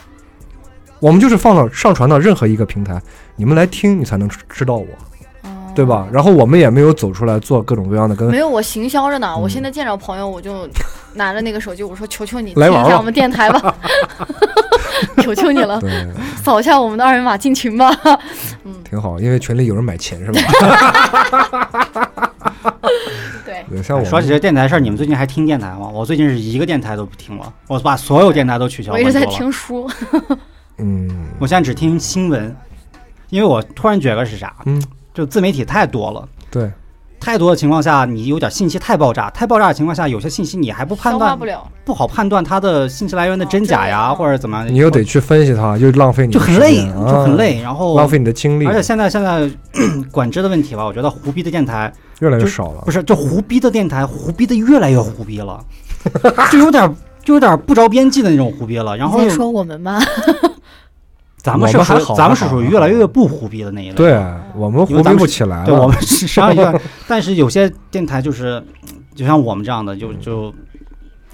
我们就是放到上传到任何一个平台，你们来听，你才能知知道我，嗯对吧？？然后我们也没有走出来做各种各样嗯的跟没有，我行销着呢。我嗯现在见着朋友，<laughs> 我就拿着那个手机，我说：“求求你，来进玩一下吧我们电台 <laughs> 吧， <laughs> 求求你了，对扫一下我们的二维码进 <laughs> 群吧。挺好，因为群里有人买琴是吧？”对，对，像我哎说们起这电台事儿，你们最近还听电台吗？我最近是一个电台都不听了，我把所有电台都取消我关一注直了。在听书，嗯我现在只听新闻，因为我突然觉得是啥，嗯，就自媒体太多了。对，太多的情况下，你有点信息太爆炸，太爆炸的情况下，有些信息你还不判消化断不，了。不好判断它的信息来源的真假哦这呀，样或者怎么样，你又得去分析它，就浪费你就的很时累，间就很，累。然啊后，浪费你的精力而，且现在现在 <clears throat> 管制的问题吧，我觉得胡逼的电台越来越就少了不。是，就胡逼的电台，胡逼的越来越胡逼了， <laughs> 就有点就有点不着边际的那种胡逼了。然后你在说我们吗？咱们是我们属还于好咱们还是好属于越来越不胡逼的那一类。对我们因胡为逼咱们不是起来对，了，我们是上一个，但是有些电台就是，就像我们这样的，就就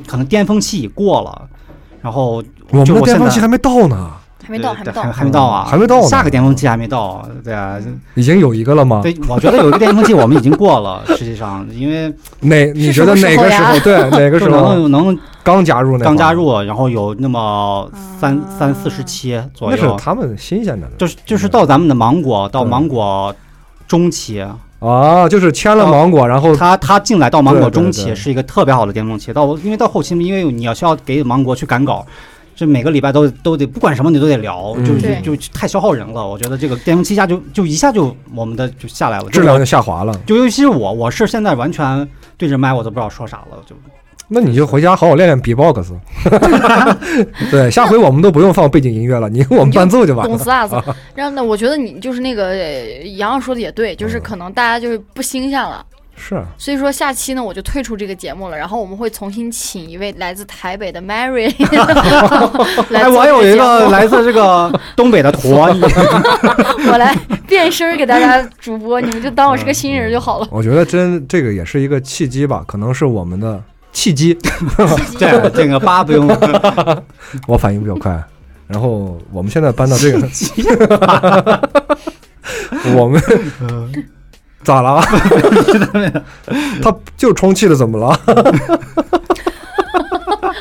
可能巅峰期已过了，然后我们就的我现巅峰在期还没到呢，还没到，对还还没到。还没到啊，还没到呢啊下个巅峰期还没到，对啊，已经有一个了吗？对，我觉得有一个巅峰期我们已经过了，实际上 <laughs> 因为哪你觉得哪个时候？ <laughs> 对，哪个就时候能能刚加入那会儿刚加？入，然后有那么三啊三四十期左那是右，他们新鲜的就是就是到咱们的芒果到对芒果中期，啊，就是签了芒果，然后哦他他进来到芒果中对对期对是一个特别好的巅峰期，到因为到后期，因为你要需要给芒果去赶稿，这每个礼拜都都得不管什么你都得聊，嗯就对就就太消耗人了。我觉得这个巅峰期一下就就一下就我们的就下来了，质量就下滑了。就尤其是我，我是现在完全对着麦我都不知道说啥了，就那你就回家好好练练 B-box。对，下回我们都不用放背景音乐了，你给我们伴奏就完懂了。死啊子， <laughs> 然后呢？我觉得你就是那个呃洋洋说的也对，就是可能大家就是不新鲜了，是，所以说下期呢我就退出这个节目了，然后我们会重新请一位来自台北 <laughs> 的 Mary <laughs> 来哎，做我有一节目个来自这个东 <laughs> 北的驼，你我来变身儿给大家主播，你们就当我是个新人就好了。我觉得真这个也是一个契机吧，可能是我们的契 <laughs> 机。这这个八不用，我反应比较快，然后我们现在搬到这个， <laughs> 我们咋了？他就充气的，怎么了？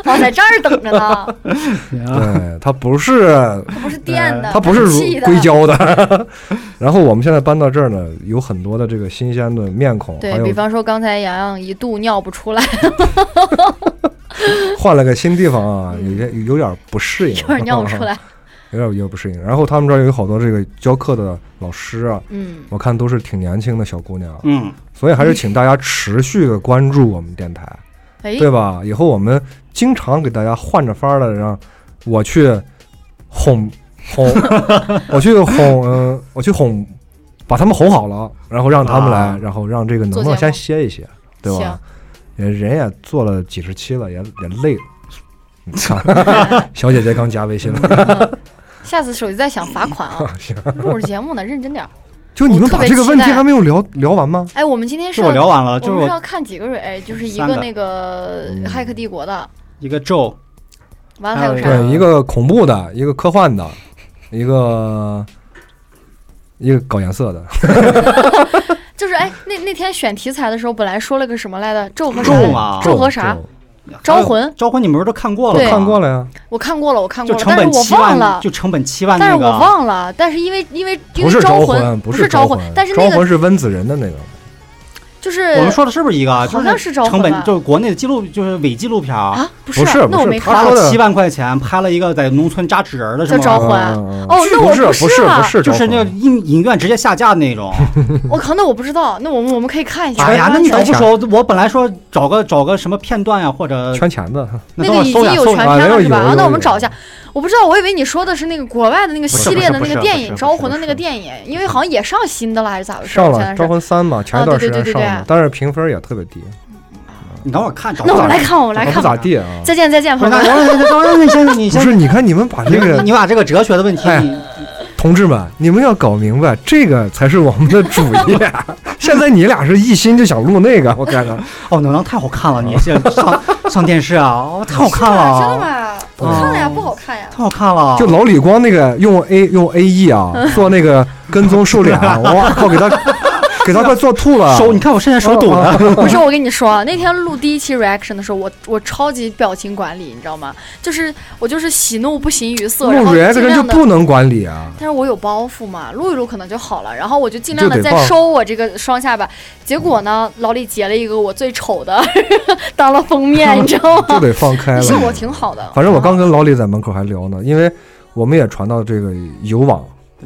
我啊在这儿等着呢，对，它不是它不是电的，嗯它不是如呃气的硅。胶的。 <laughs> 然后我们现在搬到这儿呢，有很多的这个新鲜的面孔，还对比有方说，刚才洋洋一度尿不出来， <laughs> 嗯换了个新地方啊，有些有点不适应， <laughs> 有点尿不出。来。有点有点不适应。然后他们这儿有好多这个教课的老师啊，嗯，我看都是挺年轻的小姑娘，啊嗯，所以还是请大家持续的关注我们电台，哎，对吧？以后我们经常给大家换着法儿的让我去哄 <laughs> 哄，我去哄，呃，我去哄，把他们哄好了，然后让他们来，啊然后让这个能做量节先目歇一歇，对行吧？也人也做了几十期了，也也累 <laughs> 了。你看，小姐姐刚加微信了， <laughs> 下次手机再响罚款啊！行录着节目呢，认真点儿。就你们把这个问题我特别期待还没有聊聊完吗？哎，我们今天是是我聊完了，我就是们是我要看几个蕊，就是一三个个那个嗯《骇客帝国》的，一个咒，完了还有还有啥？对，一个恐怖的，一个科幻的，一个一个搞颜色的，就是哎，那那天选题材的时候，本来说了个什么来的？咒和啥来咒着？啊，咒和啥咒招魂，哎招魂，你们不是都看过了对吗？看过了呀，我看过了，我看过就了，成但是本我七忘了万，，就成本七万但那是个，我忘了，但是因为因为因不为是招魂，不是招魂，但是招那魂个是温子仁的那个，就是我们说的是不是一个？啊就好像是招魂成吧本就是国内的纪录，就是伪纪录片啊，啊，不不是不那我是没他看花说的了七万块钱拍了一个在农村扎纸人的什叫招么，魂啊嗯嗯嗯哦，那我不是不是不啊，是就招是魂，那个影影院直接下架的 <laughs> 那种。我靠，那我不知道，那我们我们可以看一下。哎呀，那你都看不一下说，我本来说找个找个什么片段啊呀，或者呃圈钱的，那等个我已搜经呀有搜全呀。啊片有了是有吧？啊，有那我们有找一下。我不知道，我以为你说的是那个国外的那个是系列的不那是个不是电不影是《招魂》不的是那个电影，因为好像也上新的了还是咋回事？上前了《段时招间魂三》嘛，前一啊段对时对间对上对了，但是评分也特别低，你等会儿看，找那我们不到来看，我们来啊看不。咋地啊。再见再见，不朋是，友那们。等会儿你先，你不先，是，你看你们把这个你把这个哲学的问题，哎同志们，你们要搞明白，这个才是我们的主业。啊现在你俩是一心就想录那个，我看看。哦，能能太好看了，你这 <laughs> 上上电视啊，哦，太好看啊真了，的吗？我看了呀，嗯不好看呀。太好看了，就老李光那个用 A 用 A E 啊，做那个跟踪瘦脸啊，哇靠，给他给他快做吐了。手，你看我现在手抖啊的， <laughs> 不是，我跟你说，那天录第一期 reaction 的时候，我我超级表情管理，你知道吗？就是我就是喜怒不形于色，然录后 react 尽人就量的。不能管理啊。但是我有包袱嘛，录一录可能就好了，然后我就尽量的你就再得放收我这个双下巴。结果呢，老李截了一个我最丑的 <laughs> 当了封面，你知道 <laughs> 就吗？得放开了。效果挺好的。反正我刚跟老李在门口还聊呢，因为我们也传到这个有网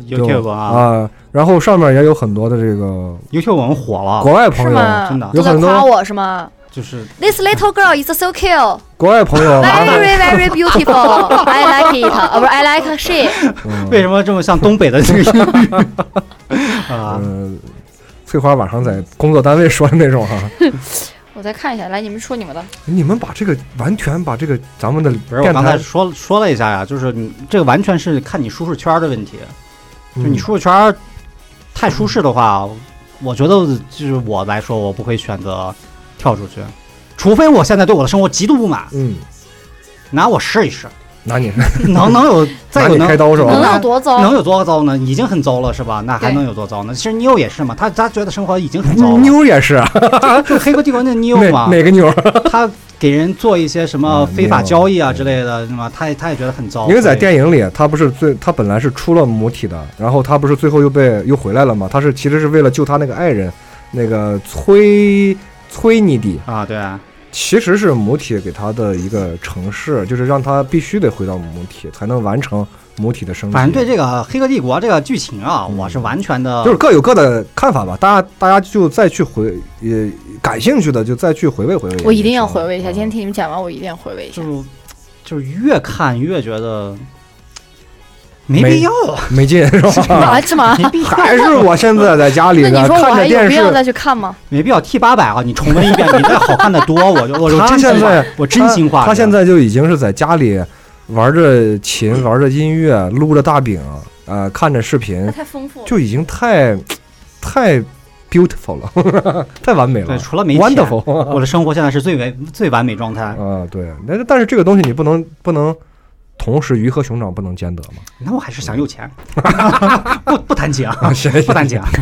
就 YouTube 啊啊，然后上面也有很多的这个，YouTube 我们火了，国外是朋友，吗？真的啊都在有很多夸我是吗就是？This little girl is so cute, 国外朋 <laughs> 友，啊麻烦 very <laughs> very beautiful. I like it. 啊，不是 I like she. 嗯为什么这么像东北的这个 <laughs> 英语 <laughs> 啊？嗯，翠花晚上在工作单位说的那种哈、啊我再看一下，来，你们说你们的。 <laughs> 你们把这个完全把这个咱们的不是，我电刚台才，说说了一下呀，就是你这个完全是看你舒适圈的问题。就嗯你舒适圈儿太舒适的话，我觉得就是我来说，我不会选择跳出去，除非我现在对我的生活极度不满，嗯，拿我试 <laughs> 一试，拿你能能有再拿有你能开刀是吧？能有多糟？能有多糟呢？已经很糟了是吧？那还能有多糟呢？其实妞也是嘛，他他觉得生活已经很糟 <laughs> 了，妞也是啊，就黑客帝国那妞哪 <laughs> 嘛，哪个妞儿？他给人做一些什么嗯非法妞交易啊对之类的，那么他也他也觉得很糟，因为在所以电影里，他不是最，他本来是出了母体的，然后他不是最后又被又回来了嘛？他是其实是为了救他那个爱人，那个崔崔妮蒂，啊对啊，其实是母体给他的一个程式，就是让他必须得回到母体才能完成母体的升级。反正对这个《黑客帝国》这个剧情啊，嗯我是完全的，就是各有各的看法吧，大家大家就再去回呃感兴趣的就再去回味回味。我一定要回味一下，嗯今天听你们讲完，我一定要回味一下就。是就是越看越觉得没没必要，没劲是 <laughs> 吧？啊，是 <laughs> 吗？没必要，还是我现在在家里那呢，你说我看还着有电必要视。再去看吗？没必要。T 八百啊，你重温一遍比那好看的多，我就我就他真现心话，在我真心话。他，他现在就已经是在家里玩着琴、玩着音乐、撸着大饼，呃，看着视频，太丰富就已经太太 beautiful 了， <laughs> 太完美了对，除了没钱， ，wonderful。我的生活现在是最完最完美状态。啊，对，但是但是这个东西你不能不能同时鱼和熊掌不能兼得嘛。那我还是想有钱， <laughs> 不不谈钱，啊，行不谈钱。 <laughs>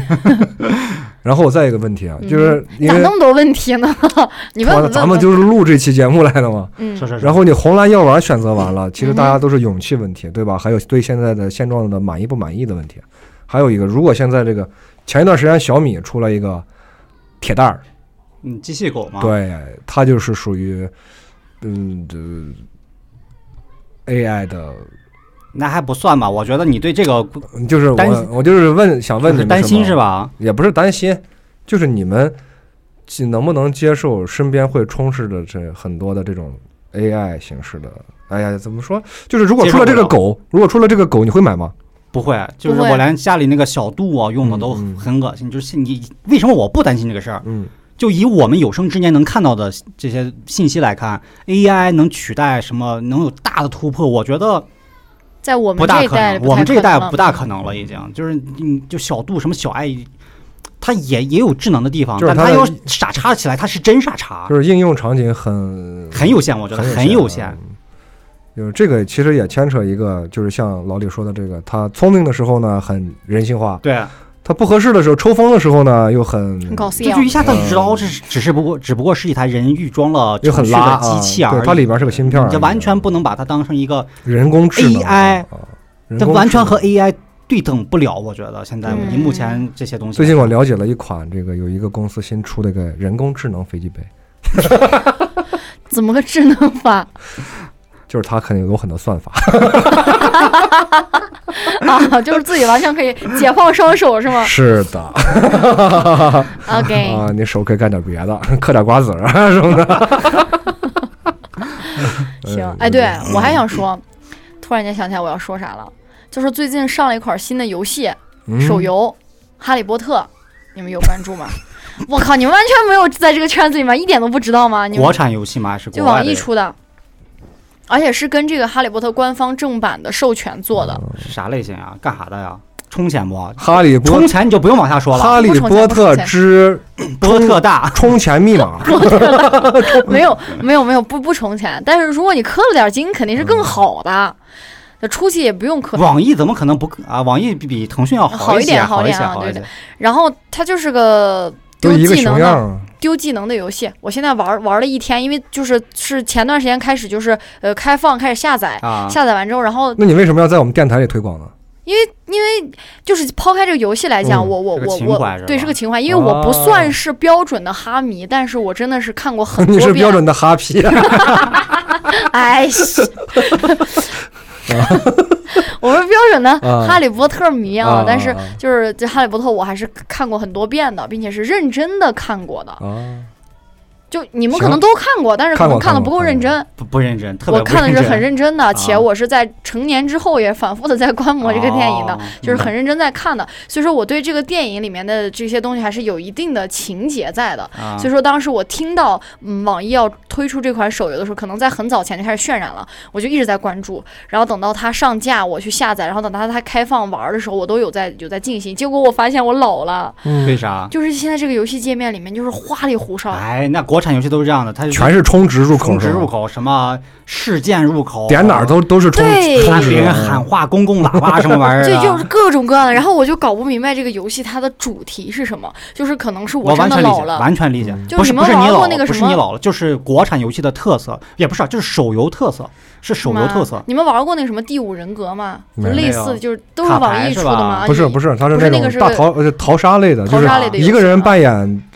然后我再一个问题啊，就是因咋为那么多问题呢？ <laughs> 你问完我了问咱们我就是录这期节目来的嘛。嗯是是是。然后你红蓝药丸选择完嗯了，其实大家都是勇气问题，对吧？还有对现在的现状的满意不满意的问题，还有一个，如果现在这个前一段时间小米出了一个铁蛋儿，嗯，机器狗嘛，对，它就是属于嗯这 AI 的那还不算吧？我觉得你对这个就是担心我我就是问想问你就们是担心是吧？吧？也不是担心，就是你们既能不能接受身边会充斥着这很多的这种 AI 形式的？哎呀，怎么说？就是如果出了这个狗，如果出了这个狗，你会买吗？不会，就是不会我连家里那个小度啊用的都嗯嗯很恶心。就是你为什么我不担心这个事儿？嗯，就以我们有生之年能看到的这些信息来看，AI 能取代什么？能有大的突破？我觉得在我不们大这一可代能。不我们太这一代可能嗯不大可能了，已经就是你就小度什么小爱，它也也有智能的地方，就是但它的它要傻叉起来，它是真傻叉，就是应用场景很很有限，我觉得很有限。。嗯就是这个其实也牵扯一个，就是像老李说的这个，他聪明的时候呢很人性化，对，他不合适的时候抽风的时候呢又很很嗯搞这笑就。一下他就知道，嗯这是只是不过只不过是一台人预装了又程很序拉的啊，机器而对，它里已，边是个芯片而已，这完全不能把它当成一个，人工智能 AI 啊人它工完智能全和 AI 对等不了。我觉得现在嗯以目前这些东西，最近我了解了一款这个有一个公司新出的一个人工智能飞机杯， <laughs> 怎么个智能法？ <laughs> 就是它肯定有很多算法，啊， <laughs> 就是自己完全可以解放双手 <laughs> 是吗是的？OK，啊，你手可以干点别的，嗑点瓜子儿啊什么的。行嗯，哎，对我还想说，突然间想起来我要说啥了，就是最近上了一款新的游戏，嗯手，游《哈利波特》，你们有关注吗？ <laughs> 我靠，你们完全没有在这个圈子里面，一点都不知道吗？你国们产游戏嘛还是就国外网的易出的，而且是跟这个《哈利波特》官方正版的授权做的。哦是啥类型啊？干啥的呀？充钱不嗯？哈利波充钱你就不用往下说了，哈利波特之波特大。充钱密码，没有没有没有不不充钱，但是如果你氪了点金，肯定是嗯更好的。那出去也不用氪，网易怎么可能不啊？网易比比腾讯要好一一些，点好好一一点些，啊好一对些。然后它就是个都丢一个技能熊的样儿。啊丢技能的游戏。我现在玩玩了一天，因为就是是前段时间开始就是呃开放开始下载，啊，下载完之后，然后那你为什么要在我们电台里推广呢？就是抛开这个游戏来讲，嗯我我是个我情怀我是吧对是个情怀，因为我不哦算是标准的哈迷，但是我真的 <laughs> 是看过很你多是标遍。准的哈皮，哎，是我是标准的啊哈利波特迷啊，但是啊就是这《哈利波特》，我还是看过很多遍的，并且是认真的看过的。啊，就你们行可能都看过，但是可看过能看的看不过够认真。不不认真，特别不我看的认是真很认真的，且啊我是在成年之后也反复的在观摩这个电影的，哦就是很嗯认真在看的。所以说我对这个电影里面的这些东西还是有一定的情节在的。啊所以说，当时我听到嗯网易要推出这款手游的时候，可能在很早前就开始渲染了，我就一直在关注。然后等到它上架，我去下载，然后等到它开放玩儿的时候，我都有在有在进行。结果我发现我老了，为嗯，啥？就是现在这个游戏界面里面就是花里胡哨，哎，那国产游戏都是这样的，它全是充值入口，充值是吧入口，什么事件入口，点哪儿都都是充对充看值别人嗯喊话，公共喇叭什么玩意儿对，的，就是各种各样的。然后我就搞不明白这个游戏它的主题是什么，就是可能是我真完的全理老解，了，完全理解嗯，就不是是你不们是你玩过老那了，个不是什么你老了，就是国产游戏的特色，也不是，啊就是手游特色，是手游吗特色。你们玩过那个什么《第五人格》吗？就没有类似的，就是都是卡牌网易是出的吧吗？不是不是，他是啊不是那种个是大逃呃逃杀类的，就逃是杀类的游戏一个人啊扮演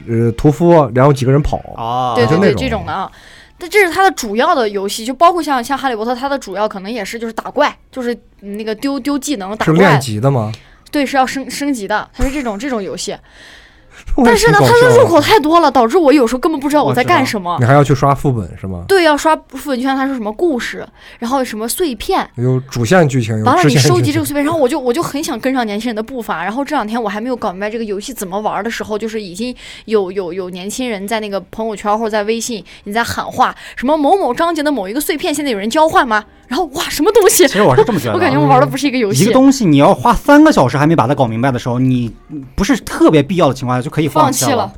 呃屠夫，然后几个人跑。哦，对就对那对，种这种的啊。但这是它的主要的游戏，就包括像像《哈利波特》，它的主要可能也是就是打怪，就是嗯那个丢丢技能打是练怪，级的吗？ <laughs> 对，是要升升级的，它是这种这种游戏。我但是呢，挺搞它的笑入口太多了，导致我有时候根本不知道我我在知道干什么你。还要去刷副本是吗？对，要刷副本圈，它是什么故事，然后什么碎片，有主线剧情，有完了支你线收剧集这情个碎片，然后我就我就很想跟上年轻人的步伐。然后这两天我还没有搞明白这个游戏怎么玩的时候，就是已经有有有年轻人在那个朋友圈或者在微信你在喊话，什么某某章节的某一个碎片现在有人交换吗？然后哇，什么东西其？实我是这么觉得啊，我感觉我玩的不是一个游一戏个。东西你要花三个小时还没把它搞明白的时候，你不是特别必要的情况下就可以放弃弃了。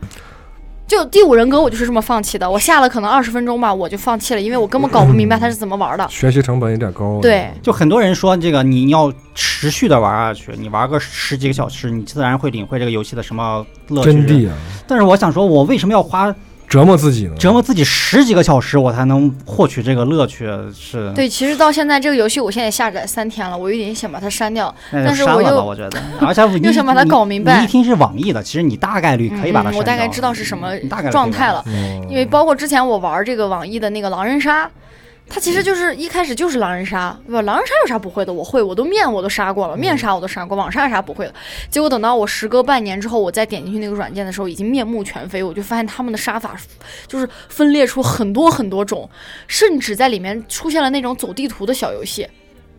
就第五人格，我就是这么放弃的。我下了可能二十分钟吧，我就放弃了，因为我根本搞不明白它是怎么玩的。学习成本有点嗯高。对，就很多人说这个你要持续的玩下去，你玩个十几个小时，你自然会领会这个游戏的什么乐趣。真谛啊，但是我想说，我为什么要花折磨自己呢。折磨自己十几个小时，我才能获取这个乐趣？是，对，其实到现在这个游戏，我现在也下载三天了，我有点想把它删掉。那但就是删我了吧，又我觉得。而且你 <laughs> 又想把它你搞明白你一听是网易的，其实你大概率可以把它删嗯掉。嗯我大概知道是什么你大概率可以状把它态了，嗯因为包括之前我玩这个网易的那个狼人杀，他其实就是一开始就是狼人杀，不，狼人杀有啥不会的？我会，我都面我都杀过了，嗯面杀我都杀过，网杀有啥不会的？结果等到我时隔半年之后，我再点进去那个软件的时候，已经面目全非。我就发现他们的杀法就是分裂出很多很多种，甚至在里面出现了那种走地图的小游戏，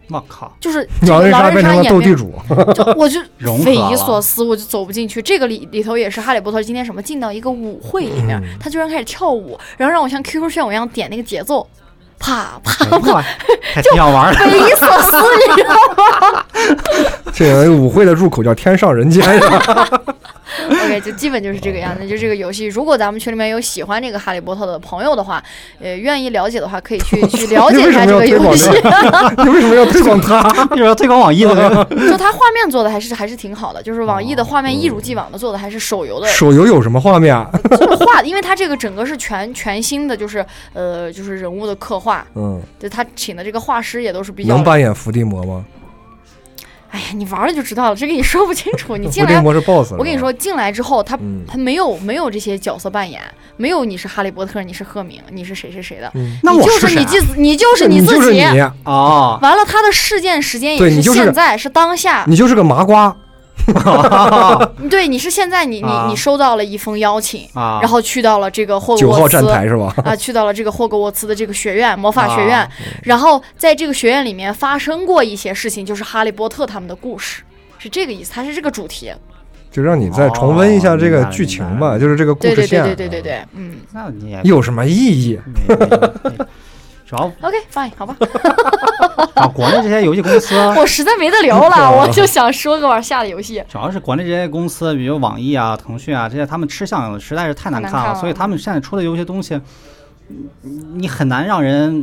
我靠，就是这狼个人杀狼人变杀成了演斗变地主，就 <laughs> 我就融合匪夷了所思，我就走不进去。这个里里头也是《哈利波特》今天什么进到一个舞会里面，他居然开始跳舞，然后让我像 QQ 炫舞一样点那个节奏，啪啪，哇，哎 <laughs> 还挺好玩的。匪夷所思，你知道吗这个舞会的入口叫天上人间，是吧？ ？OK，就基本就是这个样子，就这个游戏。如果咱们群里面有喜欢这个《哈利波特》的朋友的话，呃，愿意了解的话，可以 <laughs> 去去了解一下这个游戏你为什么要。 <laughs> 你为什么要推广它？ <laughs> 你说推广网易的， <laughs> 就它画面做的还是还是挺好的，就是网易的画面一如既往的做的还是哦手游的手游有什么画面啊？就是画，因为它这个整个是全全新的，就是呃，就是人物的刻画，嗯，就他请的这个画师也都是 <laughs> 比较能。扮演伏地魔吗？哎呀，你玩了就知道了，这个也说不清楚。你伏 <laughs> 进地来，魔是 BOSS。我跟你，说，进来之后他。嗯他没有没有这些角色扮演，没有你是哈利波特，你是赫敏，你是谁谁谁的，嗯，那你我就是谁你啊？自己你就是你就自是己嗯你。，啊哦，完了，他的事件时间也对你就是现在，是当下。你就是个麻瓜。对，你是现在，你你啊你收到了一封邀 <laughs> 请，啊，然后去到哦了这个霍格九号沃斯站台是吧？ <laughs> 啊，去到了这个霍格沃茨的这个学院，魔法学院。啊嗯然后在这个学院里面发生过一些事情，就是哈利波特他们的故事，是这个意思，它是这个主题。就让你再重温一下这个剧情哦明白吧，了就是这个故对事对对线啊对对对对，嗯那你也有什么意义？没没没主要，OK fine，好吧， <laughs> 啊，国内这些游戏 <laughs> 公司，我实在没得聊了，我嗯就想说个玩下的游戏。主要是国内这些公司，比如网易啊、腾讯啊这些，他们吃相实在是太难看太难了，看了所以他们现在出的有些东西，嗯你很难让人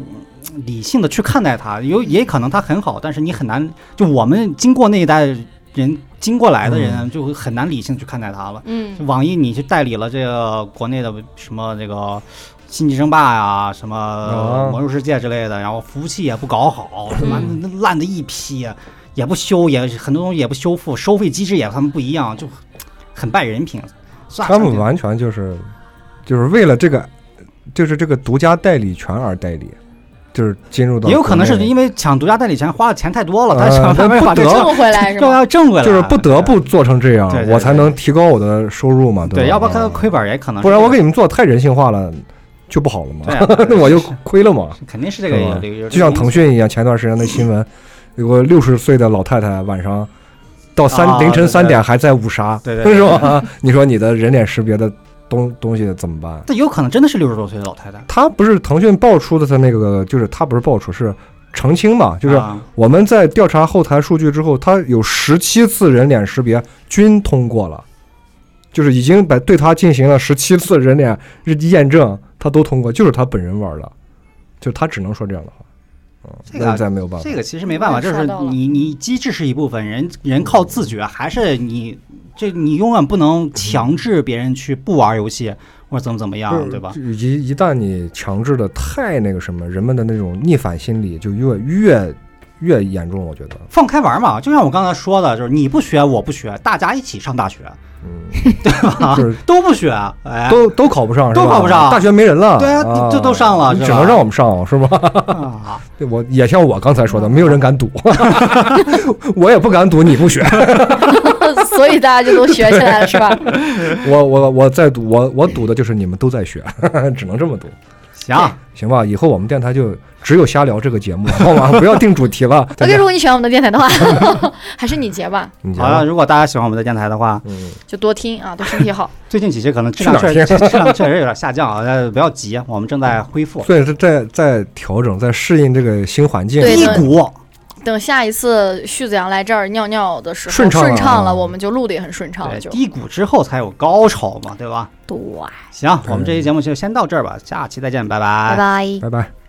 嗯理性的去看待它。有也可能它很好，但是你很难，就我们经过那一代人经过来的人，就很难理性地去看待它了。嗯，网易，你去代理了这个国内的什么这个《星际争霸》呀，什么啊《魔兽世界》之类的，然后服务器也不搞 <laughs> 好，他妈那烂的一批，也不修，也很多东西也不修复，收费机制也他们不一样，就很败人品。算了他们完全就是就是为了这个，就是这个独家代理权而代理，就是进入到也有可能是国内因为抢独家代理权花的钱太多了，他呃想办法不这得正挣回来是正 <laughs> 吗？要正回来，就是不得不做成这样对对，对我才能提高我的收入嘛，对，吧？嗯要不然他亏本也可能是不这个。然我给你们做太人性化了，就不好了嘛对，啊， <laughs> 那我就亏了嘛。肯定是这个是吧理由，就像腾讯一样，前段时间的新闻，有个六十岁的老太太晚上到三、啊凌晨对三对点还在误杀，对对 <laughs> 对是吧？你说你的人脸识别的东东西怎么办？这有可能真的是六十多岁的老太太，他不是腾讯爆出的，他那个就是他不是爆出是澄清嘛，就是啊我们在调查后台数据之后，他有十七次人脸识别均通过了，就是已经把对他进行了十七次人脸验证，他都通过，就是他本人玩的，就他只能说这样的话，嗯，这个啊那再没有办法这。个其实没办法，嗯就刷是到了你你机制是一部分，人人靠自觉，还是你这你永远不能强制别人去不玩游戏或者怎么怎么就样，是啊对吧？一一旦你强制的太那个什么，人们的那种逆反心理就越越越严重，我觉得，放开玩嘛，就像我刚才说的，就是你不学我不学，大家一起上大学，嗯，就是都不学，哎，都都考不上，是吧都考不上大学没人了，对啊这这都上了你是只吧能让我们上，是吧？ <laughs> 啊对，我也像我刚才说的，没有人敢赌， <laughs> 我也不敢赌，你不学， <laughs> 啊 <laughs> 所以大家就都学起来了是吧？我我我再赌，我我赌的就是你们都在学， <laughs> 只能这么赌，行，行吧？以后我们电台就只有瞎聊这个节目，好吗？ <laughs> 不要定主题了，再 OK，见如果你喜欢我们的电台的话， <laughs> 还是你结吧，你讲好吧了，如果大家喜欢我们的电台的话，嗯，就多听啊，对身体好。最近几期可能质去量哪儿确实质量确实有点下降啊，呃不要急，我们正在恢复，所以是在在调整，在适应这个新环境，对低的谷，等下一次旭子阳来这儿尿尿的时候顺畅了啊了，我们就录的也很顺畅了，对，就低谷之后才有高潮嘛，对吧？对，行，我们这期节目就先到这儿吧，下期再见，拜拜拜拜。拜拜。